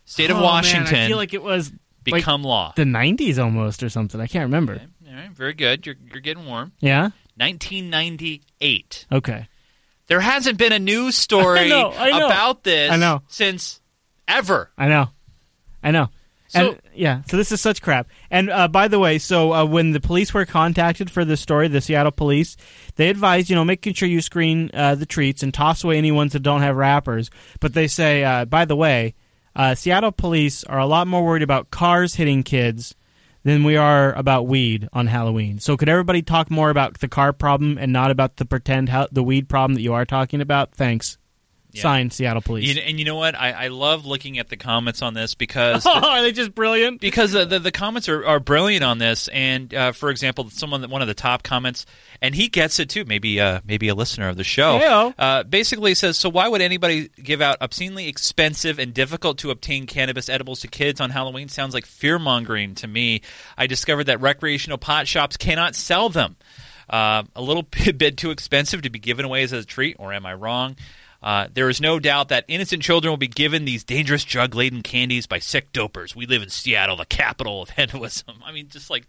[SPEAKER 5] state
[SPEAKER 4] Oh,
[SPEAKER 5] of
[SPEAKER 4] man, I
[SPEAKER 5] Washington,
[SPEAKER 4] feel like it was like-
[SPEAKER 5] become law?
[SPEAKER 4] The 90s almost or something. I can't remember.
[SPEAKER 5] All right, very good. You're you're getting warm.
[SPEAKER 4] Yeah?
[SPEAKER 5] 1998.
[SPEAKER 4] Okay.
[SPEAKER 5] There hasn't been a news
[SPEAKER 4] <laughs>
[SPEAKER 5] story
[SPEAKER 4] I know, I know.
[SPEAKER 5] about this
[SPEAKER 4] I know.
[SPEAKER 5] since ever.
[SPEAKER 4] I know. I know.
[SPEAKER 5] So-
[SPEAKER 4] and, yeah, so this is such crap. And uh, by the way, so uh, when the police were contacted for this story, the Seattle police, they advised, you know, making sure you screen uh, the treats and toss away any ones that don't have wrappers. But they say, uh, by the way, uh, Seattle police are a lot more worried about cars hitting kids than we are about weed on Halloween. So could everybody talk more about the car problem and not about the pretend how- the weed problem that you are talking about? Thanks. Signed, Seattle police.
[SPEAKER 5] You- and you know what? I, I love looking at the comments on
[SPEAKER 4] <laughs>
[SPEAKER 5] this because
[SPEAKER 4] Oh, are they just brilliant?
[SPEAKER 5] Because the, the, the comments are, are brilliant on this. And uh, for example, someone that one of the top comments, and he gets it too. Maybe uh, maybe a listener of the show.
[SPEAKER 4] Heyo.
[SPEAKER 5] Uh, basically says, so why would anybody give out obscenely expensive and difficult to obtain cannabis edibles to kids on Halloween? Sounds like fear mongering to me. I discovered that recreational pot shops cannot sell them. Uh, a little <laughs> bit too expensive to be given away as a treat, or am I wrong? Uh, there is no doubt that innocent children will be given these dangerous drug laden candies by sick dopers. We live in Seattle, the capital of <laughs> hedonism. I mean, just like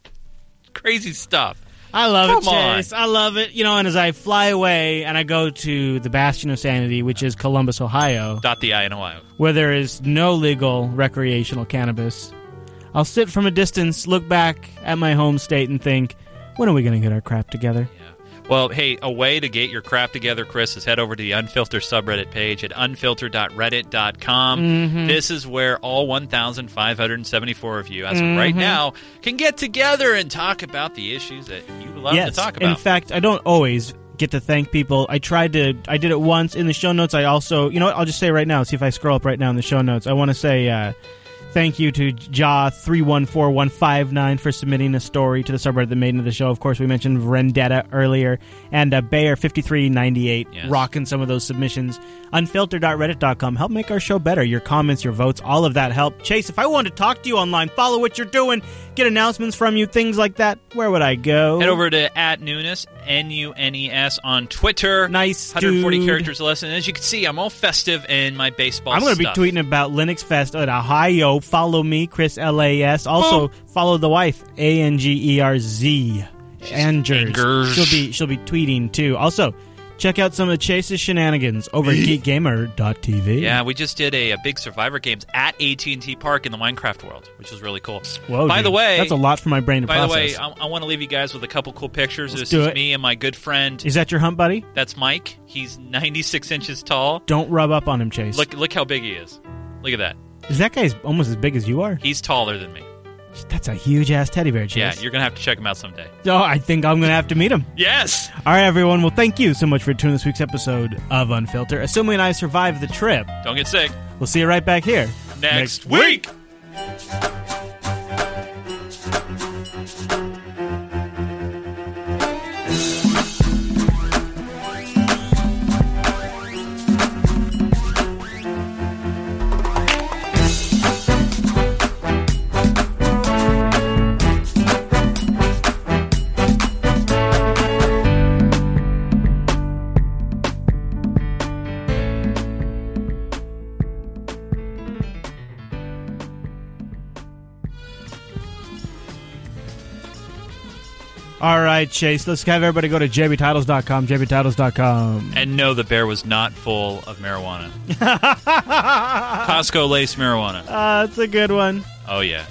[SPEAKER 5] crazy stuff.
[SPEAKER 4] I love
[SPEAKER 5] Come
[SPEAKER 4] it,
[SPEAKER 5] on.
[SPEAKER 4] Chase. I love it. You know, and as I fly away and I go to the bastion of sanity, which is Columbus, Ohio,
[SPEAKER 5] Dot the I in Ohio.
[SPEAKER 4] where there is no legal recreational cannabis, I'll sit from a distance, look back at my home state, and think, when are we going to get our crap together?
[SPEAKER 5] Well, hey, a way to get your crap together, Chris, is head over to the Unfiltered subreddit page at unfiltered.reddit.com.
[SPEAKER 4] Mhm.
[SPEAKER 5] This is where all 1,574 of you, as
[SPEAKER 4] Mhm.
[SPEAKER 5] of right now, can get together and talk about the issues that you love
[SPEAKER 4] yes.
[SPEAKER 5] to talk
[SPEAKER 4] In
[SPEAKER 5] about.
[SPEAKER 4] fact, I don't always get to thank people. I tried to, I did it once in the show notes. I also, you know what? I'll just say right now, see if I scroll up right now in the show notes. I want to say, uh, Thank you to Jaw314159 for submitting a story to the subreddit that made into the show. Of course, we mentioned Vendetta earlier, and uh, Bayer5398 rocking some of those submissions. Unfiltered.reddit.com. Help make our show better. Your comments, your votes, all of that help. Chase, if I wanted to talk to you online, follow what you're doing, get announcements from you, things like that, where would I go?
[SPEAKER 5] Head over to at Nunes, N U N E S, on Twitter. Nice, 140
[SPEAKER 4] dude.
[SPEAKER 5] characters less, and as you can see, I'm all festive in my baseball.
[SPEAKER 4] I'm going to be
[SPEAKER 5] stuff.
[SPEAKER 4] tweeting about Linux Fest at Ohio. Follow me, Chris LAS. Also follow the wife, A N G E R Z. Angers.
[SPEAKER 5] angers.
[SPEAKER 4] She'll be she'll be tweeting too. Also, check out some of Chase's shenanigans
[SPEAKER 5] <laughs>
[SPEAKER 4] over at geekgamer.tv.
[SPEAKER 5] Yeah, we just did a, a big Survivor games at AT&T Park in the Minecraft world, which was really cool.
[SPEAKER 4] Whoa,
[SPEAKER 5] by
[SPEAKER 4] dude,
[SPEAKER 5] the way,
[SPEAKER 4] that's a lot for my brain to
[SPEAKER 5] By
[SPEAKER 4] process.
[SPEAKER 5] the way, I, I want to leave you guys with a couple cool pictures.
[SPEAKER 4] Let's
[SPEAKER 5] this
[SPEAKER 4] do
[SPEAKER 5] is
[SPEAKER 4] it.
[SPEAKER 5] me and my good friend.
[SPEAKER 4] Is that your hump buddy?
[SPEAKER 5] That's Mike. He's 96 inches tall.
[SPEAKER 4] Don't rub up on him, Chase.
[SPEAKER 5] Look, look how big he is. Look at that.
[SPEAKER 4] Is that guy's almost as big as you are?
[SPEAKER 5] He's taller than me.
[SPEAKER 4] That's a huge ass teddy bear, Chase.
[SPEAKER 5] Yeah, you're gonna have to check him out someday.
[SPEAKER 4] Oh, I think I'm going to have to meet him.
[SPEAKER 5] Yes.
[SPEAKER 4] All right, everyone. Well, thank you so much for tuning this week's episode of Unfilter. Assuming I survived the trip,
[SPEAKER 5] Don't get sick.
[SPEAKER 4] we'll see you right back here
[SPEAKER 5] Next, week.
[SPEAKER 4] All right, Chase, let's have everybody go to jbtitles.com,
[SPEAKER 5] <laughs>
[SPEAKER 4] jbtitles.com.
[SPEAKER 5] And no, the bear was not full
[SPEAKER 4] <laughs>
[SPEAKER 5] of marijuana. Costco lace marijuana.
[SPEAKER 4] Ah, that's a good one.
[SPEAKER 5] Oh yeah.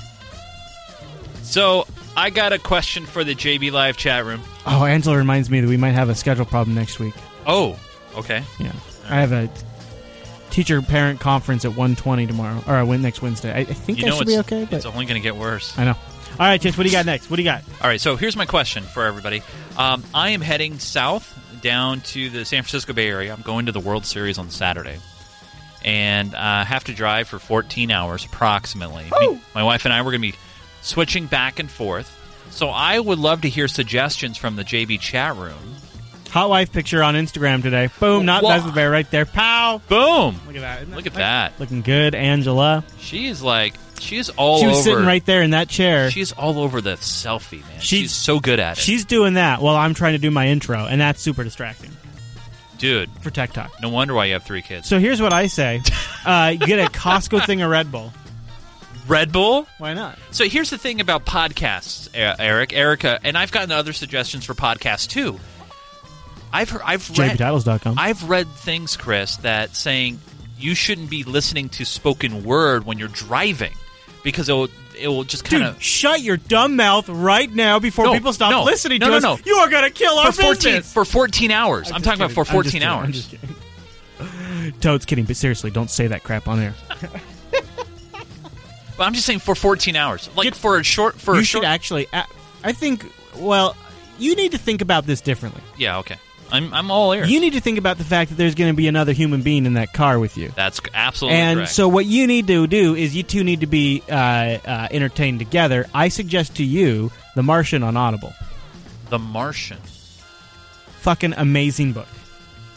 [SPEAKER 5] So I got a question for the JB Live chat room.
[SPEAKER 4] Oh, Angela reminds me that we might have a schedule problem next week.
[SPEAKER 5] Oh, okay.
[SPEAKER 4] Yeah. I have a teacher parent conference at 120 tomorrow, or I win next Wednesday. I, I think
[SPEAKER 5] you
[SPEAKER 4] I
[SPEAKER 5] know
[SPEAKER 4] should
[SPEAKER 5] it's,
[SPEAKER 4] be okay, but
[SPEAKER 5] it's only going to get worse.
[SPEAKER 4] I know. All right, Chase, what do you got next? What do you got?
[SPEAKER 5] All right, so here's my question for everybody. Um, I am heading south down to the San Francisco Bay Area. I'm going to the World Series on Saturday, and uh, have to drive for 14 hours approximately. Me- my wife and I were going to be switching back and forth. So I would love to hear suggestions from the JB chat room.
[SPEAKER 4] Hot wife picture on Instagram today. Boom, not
[SPEAKER 5] Wha-
[SPEAKER 4] that's the bear right there. Pow.
[SPEAKER 5] Boom.
[SPEAKER 4] Look at that. Isn't
[SPEAKER 5] Look at that.
[SPEAKER 4] Looking good, Angela.
[SPEAKER 5] She is like She's all
[SPEAKER 4] she was
[SPEAKER 5] over-
[SPEAKER 4] sitting right there in that chair.
[SPEAKER 5] She's all over the selfie, man. She's, so good at it,
[SPEAKER 4] She's doing that while I'm trying to do my intro, and that's super distracting.
[SPEAKER 5] dude.
[SPEAKER 4] For Tech Talk.
[SPEAKER 5] No wonder why you have three kids.
[SPEAKER 4] So here's what I say: uh, you get a Costco thing of Red Bull.
[SPEAKER 5] Red Bull?
[SPEAKER 4] Why not?
[SPEAKER 5] So here's the thing about podcasts, E- Eric, Erica, and I've gotten other suggestions for podcasts too. I've heard, I've read
[SPEAKER 4] JBTitles.com.
[SPEAKER 5] I've read things, Chris, that saying you shouldn't be listening to spoken word when you're driving because it will it will just kind
[SPEAKER 4] Dude,
[SPEAKER 5] of
[SPEAKER 4] shut your dumb mouth right now before
[SPEAKER 5] No,
[SPEAKER 4] people stop
[SPEAKER 5] no,
[SPEAKER 4] listening
[SPEAKER 5] no,
[SPEAKER 4] to
[SPEAKER 5] no,
[SPEAKER 4] us.
[SPEAKER 5] no.
[SPEAKER 4] You are going to kill our
[SPEAKER 5] for 14
[SPEAKER 4] business.
[SPEAKER 5] for 14 hours. I'm,
[SPEAKER 4] just
[SPEAKER 5] talking about
[SPEAKER 4] kidding.
[SPEAKER 5] for
[SPEAKER 4] I'm just
[SPEAKER 5] 14
[SPEAKER 4] kidding. I'm
[SPEAKER 5] hours.
[SPEAKER 4] just Toad's kidding, but seriously, don't say that crap on air.
[SPEAKER 5] But I'm just saying for 14 hours, like for a short for
[SPEAKER 4] you
[SPEAKER 5] a
[SPEAKER 4] should
[SPEAKER 5] short.
[SPEAKER 4] actually. I, I think. Well, you need to think about this differently.
[SPEAKER 5] yeah, okay. I'm I'm all ears.
[SPEAKER 4] You need to think about the fact that there's going to be another human being in that car with you.
[SPEAKER 5] That's absolutely
[SPEAKER 4] And
[SPEAKER 5] correct.
[SPEAKER 4] so, what you need to do is you two need to be uh, uh, entertained together. I suggest to you The Martian on Audible.
[SPEAKER 5] The Martian.
[SPEAKER 4] Fucking amazing book.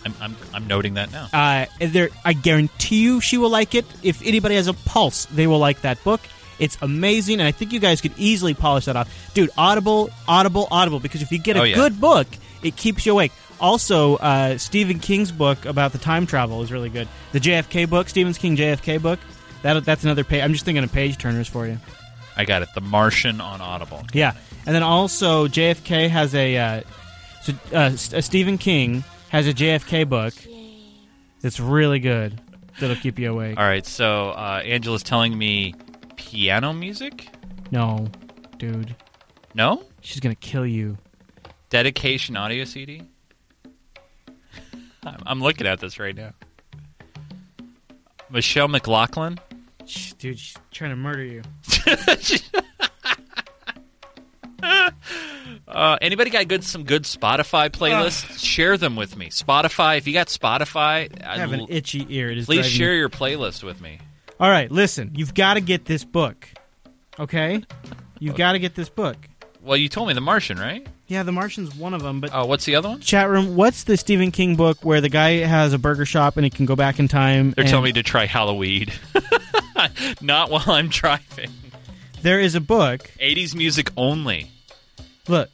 [SPEAKER 5] I'm I'm, I'm noting that now.
[SPEAKER 4] Uh, there, I guarantee you she will like it. If anybody has a pulse, they will like that book. It's amazing, and I think you guys could easily polish that off, dude. Audible, Audible, Audible. Because if you get a
[SPEAKER 5] Oh, yeah.
[SPEAKER 4] good book, it keeps you awake. Also, uh, Stephen King's book about the time travel is really good. The JFK book, Stephen King JFK book. That that's another page. I'm just thinking of page turners for you.
[SPEAKER 5] I got it. The Martian on Audible.
[SPEAKER 4] Yeah, and then also JFK has a uh, so, uh, S- uh, Stephen King has a JFK book that's really good. That'll keep you awake.
[SPEAKER 5] All right, so uh, Angela's telling me piano music.
[SPEAKER 4] No, dude,
[SPEAKER 5] No,
[SPEAKER 4] she's gonna kill you.
[SPEAKER 5] dedication audio CD. <laughs> I'm, I'm looking at this right now. Michelle McLaughlin.
[SPEAKER 4] Sh- Dude, she's trying to murder
[SPEAKER 5] <laughs>
[SPEAKER 4] you.
[SPEAKER 5] Uh, anybody got good some good Spotify playlists? share them with me. Spotify. If you got Spotify,
[SPEAKER 4] I have an itchy ear. It is
[SPEAKER 5] Please
[SPEAKER 4] driving
[SPEAKER 5] share
[SPEAKER 4] me-
[SPEAKER 5] your playlist with me.
[SPEAKER 4] All right, listen, you've got to get this book, okay?
[SPEAKER 5] Uh,
[SPEAKER 4] You've got to get this book.
[SPEAKER 5] Well, you told me The Martian, right?
[SPEAKER 4] Yeah, The Martian's one of them, but
[SPEAKER 5] Oh, what's the other one?
[SPEAKER 4] chat room. What's the Stephen King book where the guy has a burger shop and he can go back in time?
[SPEAKER 5] They're
[SPEAKER 4] and-
[SPEAKER 5] telling me to try Halloween. <laughs> Not while I'm driving.
[SPEAKER 4] there is a book.
[SPEAKER 5] 80s music only.
[SPEAKER 4] Look,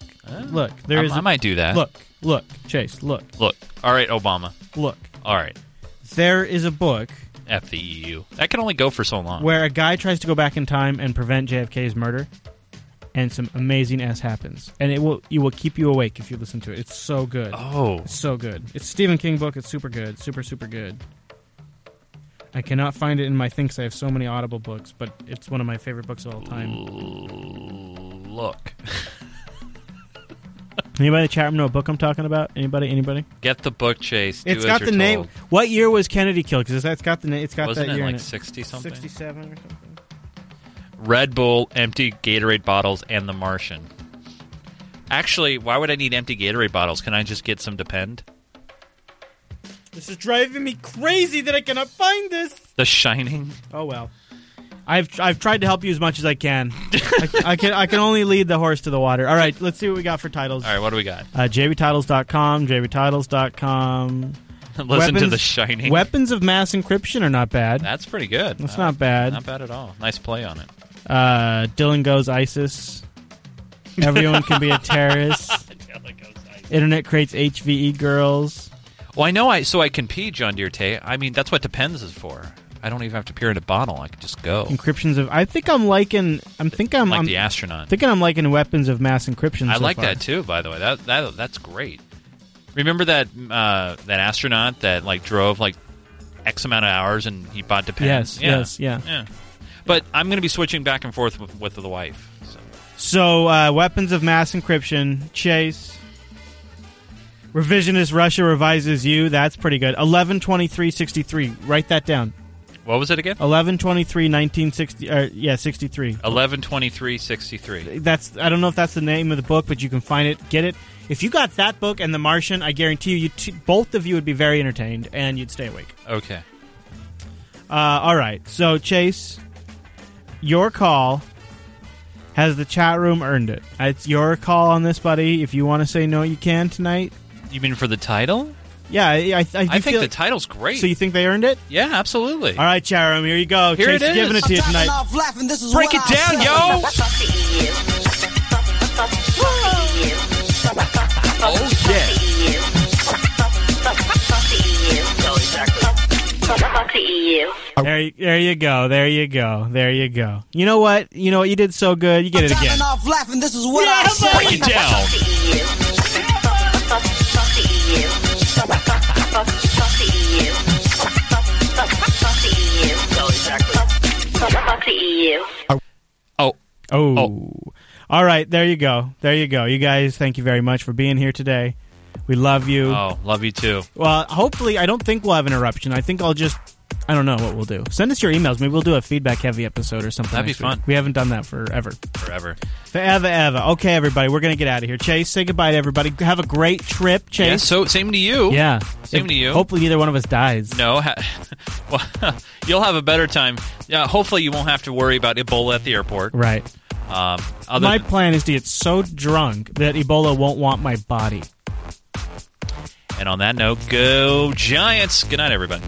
[SPEAKER 4] look, there
[SPEAKER 5] Oh. I-
[SPEAKER 4] is. a-
[SPEAKER 5] I might do that.
[SPEAKER 4] Look, look, Chase, look,
[SPEAKER 5] Look. All right, Obama.
[SPEAKER 4] look.
[SPEAKER 5] All right.
[SPEAKER 4] There is a book
[SPEAKER 5] F the EU. That can only go for so long.
[SPEAKER 4] where a guy tries to go back in time and prevent JFK's murder, and some amazing ass happens, and it will it will keep you awake if you listen to it. It's so good.
[SPEAKER 5] Oh.
[SPEAKER 4] it's so good. It's a Stephen King book. It's super good, super super good. I cannot find it in my thinks. I have so many Audible books, but it's one of my favorite books of all time.
[SPEAKER 5] Look, <laughs>
[SPEAKER 4] anybody in the chat room know what book I'm talking about? Anybody? Anybody?
[SPEAKER 5] Get the book, Chase. Do
[SPEAKER 4] It's
[SPEAKER 5] as
[SPEAKER 4] got
[SPEAKER 5] you're
[SPEAKER 4] the name.
[SPEAKER 5] told.
[SPEAKER 4] What year was Kennedy killed? Because it's got the name. It's got
[SPEAKER 5] Wasn't
[SPEAKER 4] that
[SPEAKER 5] it
[SPEAKER 4] year
[SPEAKER 5] like
[SPEAKER 4] in it.
[SPEAKER 5] 60 something?
[SPEAKER 4] 67 or something.
[SPEAKER 5] Red Bull, empty Gatorade bottles, and The Martian. Actually, why would I need empty Gatorade bottles? Can I just get some Depend?
[SPEAKER 4] This is driving me crazy that I cannot find this.
[SPEAKER 5] The Shining.
[SPEAKER 4] Oh well. I've I've tried to help you as much as I can. I, I can I can only lead the horse to the water. All right, let's see what we got for titles.
[SPEAKER 5] All right, what do we got?
[SPEAKER 4] Uh, jbtitles.com, jbtitles.com.
[SPEAKER 5] Listen to The Shining.
[SPEAKER 4] Weapons of mass encryption are not bad.
[SPEAKER 5] That's pretty good.
[SPEAKER 4] That's
[SPEAKER 5] Uh,
[SPEAKER 4] not bad.
[SPEAKER 5] Not bad at all. Nice play on it.
[SPEAKER 4] Uh, Dylan goes ISIS. Everyone can be a
[SPEAKER 5] <laughs>
[SPEAKER 4] terrorist. Internet creates HVE girls.
[SPEAKER 5] Well, I know I so I can pee, John Deere Tay. I mean, that's what Depends is for. I don't even have to peer in a bottle. I can just go.
[SPEAKER 4] Encryptions of. I think I'm liking. I'm think I'm
[SPEAKER 5] Like
[SPEAKER 4] I'm,
[SPEAKER 5] the astronaut.
[SPEAKER 4] Thinking I'm liking weapons of mass encryption.
[SPEAKER 5] I
[SPEAKER 4] so
[SPEAKER 5] like
[SPEAKER 4] far.
[SPEAKER 5] that too. By the way, that that that's great. Remember that uh, that astronaut that like drove like x amount of hours and he bought depends.
[SPEAKER 4] Yes, yes, yeah.
[SPEAKER 5] yeah. But I'm going to be switching back and forth with, with the wife. So.
[SPEAKER 4] So uh, weapons of mass encryption. Chase. Revisionist Russia revises you. That's pretty good. Eleven twenty three sixty three. Write that down.
[SPEAKER 5] What was it again?
[SPEAKER 4] Eleven twenty three nineteen sixty. Uh, yeah, sixty three.
[SPEAKER 5] Eleven twenty three sixty three.
[SPEAKER 4] that's I don't know if that's the name of the book, but you can find it. Get it. If you got that book and The Martian, I guarantee you, you t- both of you would be very entertained and you'd stay awake.
[SPEAKER 5] Okay.
[SPEAKER 4] Uh, all right, so Chase, your call has the chat room earned it. It's your call on this, buddy. If you want to say no, you can tonight.
[SPEAKER 5] You mean for the title?
[SPEAKER 4] Yeah, I, I, I, do
[SPEAKER 5] I think
[SPEAKER 4] feel-
[SPEAKER 5] the title's great.
[SPEAKER 4] So you think they earned it?
[SPEAKER 5] Yeah, absolutely.
[SPEAKER 4] All right, Jarom, here you go.
[SPEAKER 5] Here
[SPEAKER 4] Chase
[SPEAKER 5] it is.
[SPEAKER 4] giving it to you tonight.
[SPEAKER 5] Break it down, yo.
[SPEAKER 16] Oh yeah.
[SPEAKER 4] There, you- there you go. There you go. There you go. You know what? You know what? You did so good. You get it again.
[SPEAKER 16] off laughing. This is what
[SPEAKER 4] Yeah,
[SPEAKER 16] I said.
[SPEAKER 4] break it down.
[SPEAKER 5] Oh.
[SPEAKER 4] Oh. All right. There you go. There you go. You guys, thank you very much for being here today. We love you.
[SPEAKER 5] Oh, love you too.
[SPEAKER 4] Well, hopefully, I don't think we'll have an eruption. I think I'll just. I don't know what we'll do. Send us your emails. Maybe we'll do a feedback heavy episode or something.
[SPEAKER 5] That'd be
[SPEAKER 4] next week.
[SPEAKER 5] fun.
[SPEAKER 4] We haven't done that forever.
[SPEAKER 5] Forever.
[SPEAKER 4] Forever, ever. Okay, everybody, we're going to get out of here. Chase, say goodbye to everybody. Have a great trip, Chase.
[SPEAKER 5] Yeah, so same to you.
[SPEAKER 4] Yeah.
[SPEAKER 5] Same
[SPEAKER 4] If-
[SPEAKER 5] to you.
[SPEAKER 4] Hopefully, neither one of us dies.
[SPEAKER 5] No, ha- <laughs> well, <laughs> you'll have a better time. Yeah, hopefully you won't have to worry about Ebola at the airport.
[SPEAKER 4] Right.
[SPEAKER 5] Um, other
[SPEAKER 4] my
[SPEAKER 5] than-
[SPEAKER 4] plan is to get so drunk that Ebola won't want my body.
[SPEAKER 5] and on that note, go Giants. Good night, everybody.